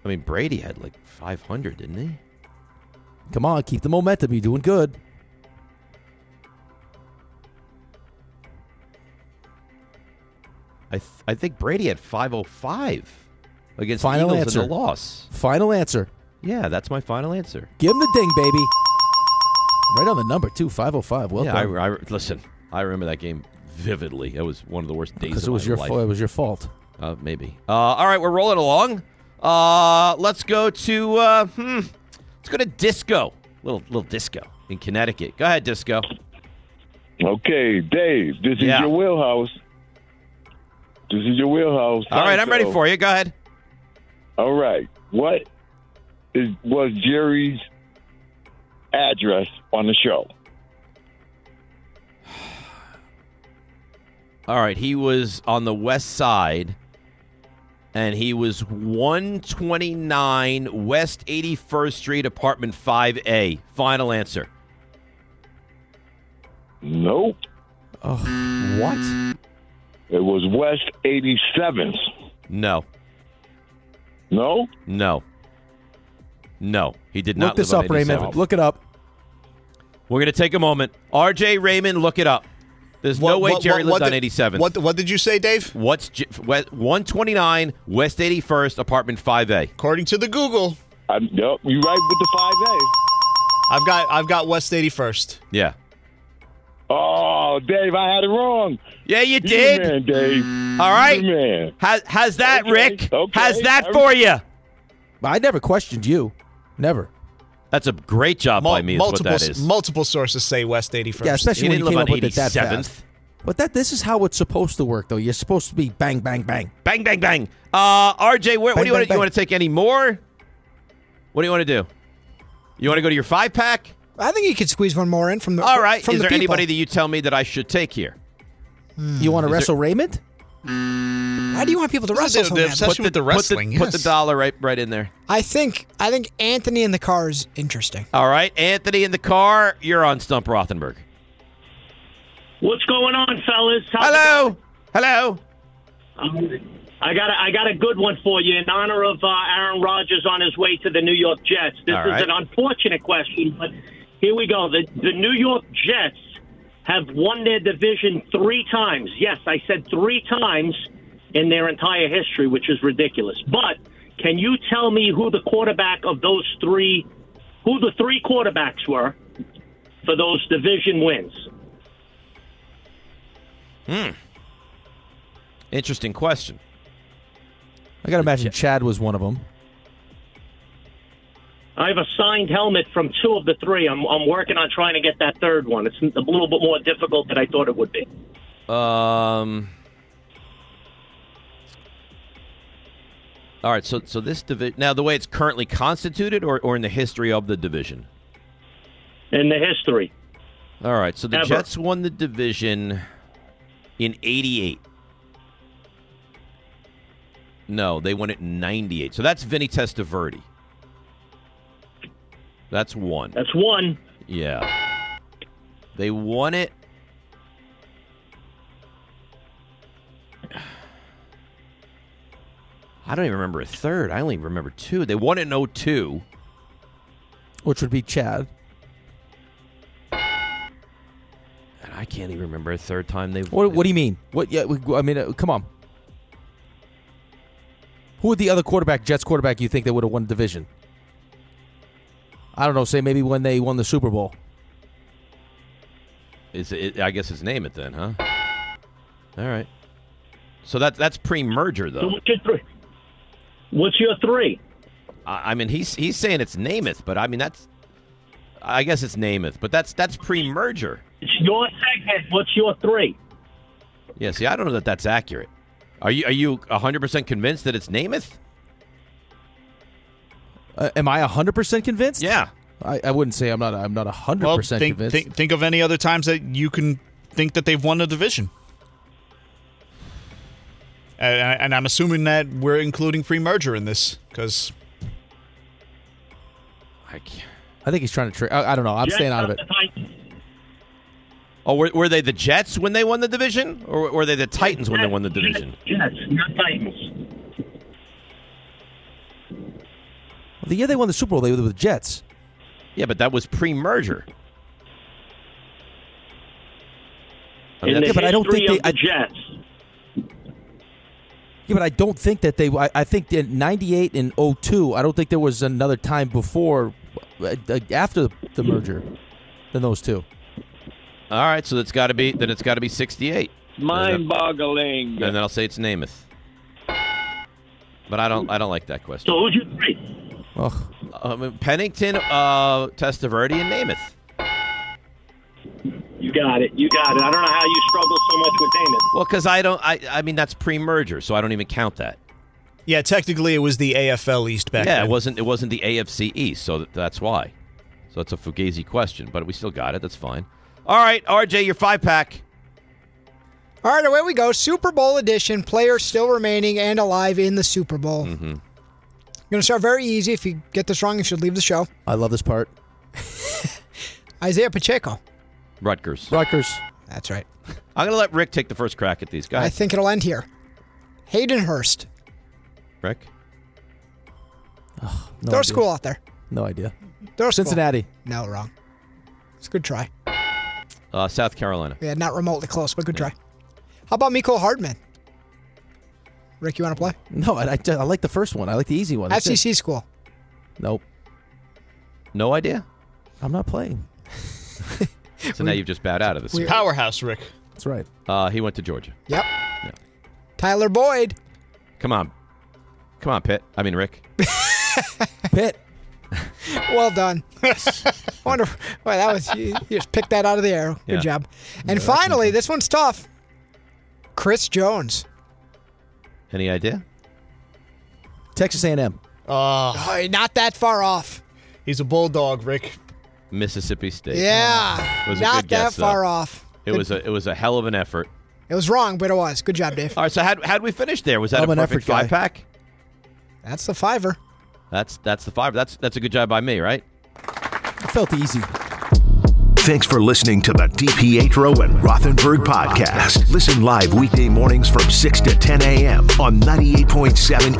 S3: I mean, Brady had like 500, didn't he?
S5: Come on, keep the momentum. You're doing good.
S3: I th- I think Brady had 505 against
S5: Final
S3: the Eagles
S5: answer.
S3: in the loss.
S5: Final answer.
S3: Yeah, that's my final answer.
S5: Give him the ding, baby. Right on the number too. Five oh five. Well
S3: yeah,
S5: done.
S3: I, I- listen. I remember that game vividly. That was one of the worst days.
S5: Because
S3: of
S5: it was
S3: my
S5: your
S3: life.
S5: fault. It was your fault.
S3: Uh, maybe. Uh, all right, we're rolling along. Uh, let's go to uh, hmm, let's go to disco. Little little disco in Connecticut. Go ahead, disco.
S8: Okay, Dave, this
S3: Yeah.
S8: is your wheelhouse. This is your wheelhouse.
S3: All right, I'm ready for you. Go ahead.
S8: All right. What is was Jerry's address on the show?
S3: All right, he was on the west side, and he was 129 West 81st Street, apartment 5A. Final answer.
S8: Nope.
S5: Oh,
S8: what? It was West 87th.
S3: No.
S8: No?
S3: No. No, he did
S5: Look
S3: not.
S5: this
S3: live
S5: up,
S3: on 87.
S5: Raymond. Look it up.
S3: We're gonna take a moment. R.J. Raymond, look it up. There's no way Jerry lives
S10: what
S3: on
S10: did-
S3: 87th.
S10: What, what did you say, Dave?
S3: What's J- West- 129 West 81st, apartment 5A?
S10: According to the Google.
S8: I'm, yep, you right with the five
S10: A. I've got I've got West 81st.
S3: Yeah.
S8: Oh, Dave, I had it wrong.
S3: Yeah, you
S8: did. man, Dave.
S3: All right.
S8: You the man.
S3: Has, has that, Rick? Has that
S8: Every-
S3: for you?
S5: I never questioned you. Never.
S3: That's a great job by me. Is what
S10: multiple
S3: that
S10: s-
S3: is.
S10: multiple sources say West 81st.
S5: Yeah, especially when you came up with it that fast. But that this is how it's supposed to work, though. You're supposed to be bang, bang, bang.
S3: Bang, bang, bang. Uh, RJ, where, what
S5: Bang,
S3: do you want?
S5: bang,
S3: You want to take any more? What do you want to do? You want to go to your five pack?
S11: I think you could squeeze one more in from the.
S3: All right.
S11: From
S3: is
S11: the
S3: there
S11: people.
S3: anybody that you tell me that I should take here?
S5: You want
S3: Is
S5: to
S3: there-
S5: wrestle Raymond?
S11: Why do you want people to wrestle so badly?
S3: Put Put the, put the dollar right, right in there.
S11: I think I think Anthony in the car is interesting.
S3: All right, Anthony in the car. You're on Stump Rothenberg.
S9: What's going on, fellas?
S3: Hello, hello.
S9: Um, I got a, I got a good one for you in honor of uh, Aaron Rodgers on his way to the New York Jets. This
S22: All
S9: is
S22: right.
S9: an unfortunate question, but here we go. The the New York Jets have won their division three times. Yes, I said three times in their entire history, which is ridiculous. But can you tell me who the quarterback of those three, who the three quarterbacks were for those division wins?
S3: Hmm. Interesting question.
S5: I got to imagine Chad was one of them.
S9: I have a signed helmet from two of the three. I'm, I'm working on trying to get that third one. It's a little bit more difficult than I thought it would be.
S3: Um. All right, so so this division now the way it's currently constituted, or, or in the history of the division.
S9: In the history.
S3: All right, so the
S9: Ever.
S3: Jets won the division in '88. No, they won it in '98. So that's Vinny Testaverde. That's one.
S9: That's one.
S3: Yeah. They won it. I don't even remember a third. I only remember two. They won it in 02.
S5: Which would be Chad.
S3: And I can't even remember a third time they've
S5: What, what do you mean? What? Yeah, we- I mean, uh, come on. Who would the other quarterback, Jets quarterback, you think they would have won the division? I don't know. Say maybe when they won the Super Bowl.
S3: Is it, I guess it's name it then, huh? All right. So that that's pre-merger
S9: So
S3: though.
S9: what's your three? What's your three?
S3: I I mean, he's he's saying it's Namath, but I mean that's, I guess it's Namath, but that's that's pre-merger.
S9: It's your segment. What's your three?
S3: Yeah, see, I don't know that that's accurate. Are you are you hundred percent convinced that it's Namath?
S5: Uh, am I hundred percent convinced?
S3: Yeah,
S5: I, I wouldn't say I'm not. I'm not hundred
S10: Well,
S5: percent
S10: think,
S5: convinced.
S10: think, think of any other times that you can think that they've won a division. And, and I'm assuming that we're including pre-merger in this because
S3: I can't.
S5: I think he's trying to trick. I, I don't know. I'm
S3: Jets
S5: staying out of it.
S3: Oh, were, were they the Jets when they won the division, or were they the Titans when they won the division?
S9: Yes, not Titans.
S5: The year they won the Super Bowl, they were with the Jets.
S3: Yeah, but that was pre-merger.
S5: Yeah, but I don't think they. I,
S9: Jets.
S5: yeah, but I don't think that they. I, I think in '98 and 02, I don't think there was another time before, uh, uh, after the merger, than those two.
S3: All right, so that's got to be then. It's got to be sixty-eight.
S13: Mind-boggling.
S3: And then I'll say it's Namath. But I don't. I don't like that question.
S9: So who's your three?
S3: Um, Pennington, uh, Testaverde, and Namath.
S9: You got it. You got it. I don't know how you struggle so much with Damon.
S3: Well, because I don't. I. I mean, that's pre-merger, so I don't even count that.
S10: yeah, technically it was the AFL East back
S3: yeah,
S10: then.
S3: it wasn't. It wasn't the AFC East, so th- that's why. So it's a fugazi question, but we still got it. That's fine. All right, RJ, your five pack.
S11: All right, away we go. Super Bowl edition. Players still remaining and alive in the Super Bowl.
S3: Mm-hmm.
S11: Going to start very easy. If you get this wrong, you should leave the show.
S5: I love this part.
S11: Isaiah Pacheco.
S3: Rutgers.
S5: Rutgers.
S11: That's right.
S3: I'm gonna let Rick take the first crack at these
S11: I
S3: guys.
S11: think it'll end here. Hayden Hurst.
S3: Rick.
S5: No
S11: Throw
S5: idea.
S11: school out there.
S5: No idea.
S11: Throw school.
S5: Cincinnati.
S11: No, wrong. It's a good try.
S3: Uh, South Carolina.
S11: Yeah, not remotely close, but good try. How about Miko Hardman? Rick, you want to play?
S5: No, I, I, I like the first one. I like the easy one. That's it.
S11: FCC school.
S5: Nope.
S3: No idea.
S5: I'm not playing.
S3: So now you've just bowed out of this.
S10: It's powerhouse, Rick.
S5: That's right.
S3: Uh, he went to Georgia.
S11: Yep. Tyler Boyd.
S3: Come on, come on, Pitt. I mean, Rick.
S5: Pitt.
S11: Well done. Wonder. Boy, that was you, you just picked that out of the air. Good
S3: Yeah.
S11: job. And finally, this one's tough. Chris Jones.
S3: Any idea?
S5: Texas A&M.
S11: Oh, not that far off.
S10: He's a bulldog, Rick.
S3: Mississippi State.
S11: Yeah.
S3: It was a
S11: not
S3: good
S11: that
S3: guess, though.
S11: far off.
S3: It was a it was a hell of an effort.
S11: It was wrong, but it was. Good job, Dave.
S3: All right, so how'd, how'd we finish there? Was that
S5: I'm
S3: a
S5: an
S3: perfect
S5: effort guy.
S3: five pack?
S11: That's the fiver.
S3: That's that's the five. That's that's a good job by me, right?
S5: It felt easy.
S1: Thanks for listening to the DPetro and Rothenberg podcast. Listen live weekday mornings from 6 to 10 a.m. on 98.7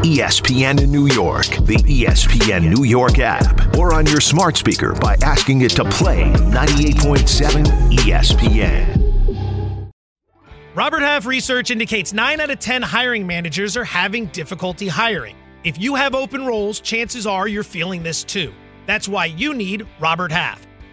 S1: ESPN in New York, the E ESPN New York app, or on your smart speaker by asking it to play 98.7 ESPN.
S15: Robert Half research indicates 9 out of 10 hiring managers are having difficulty hiring. If you have open roles, chances are you're feeling this too. That's why you need Robert Half.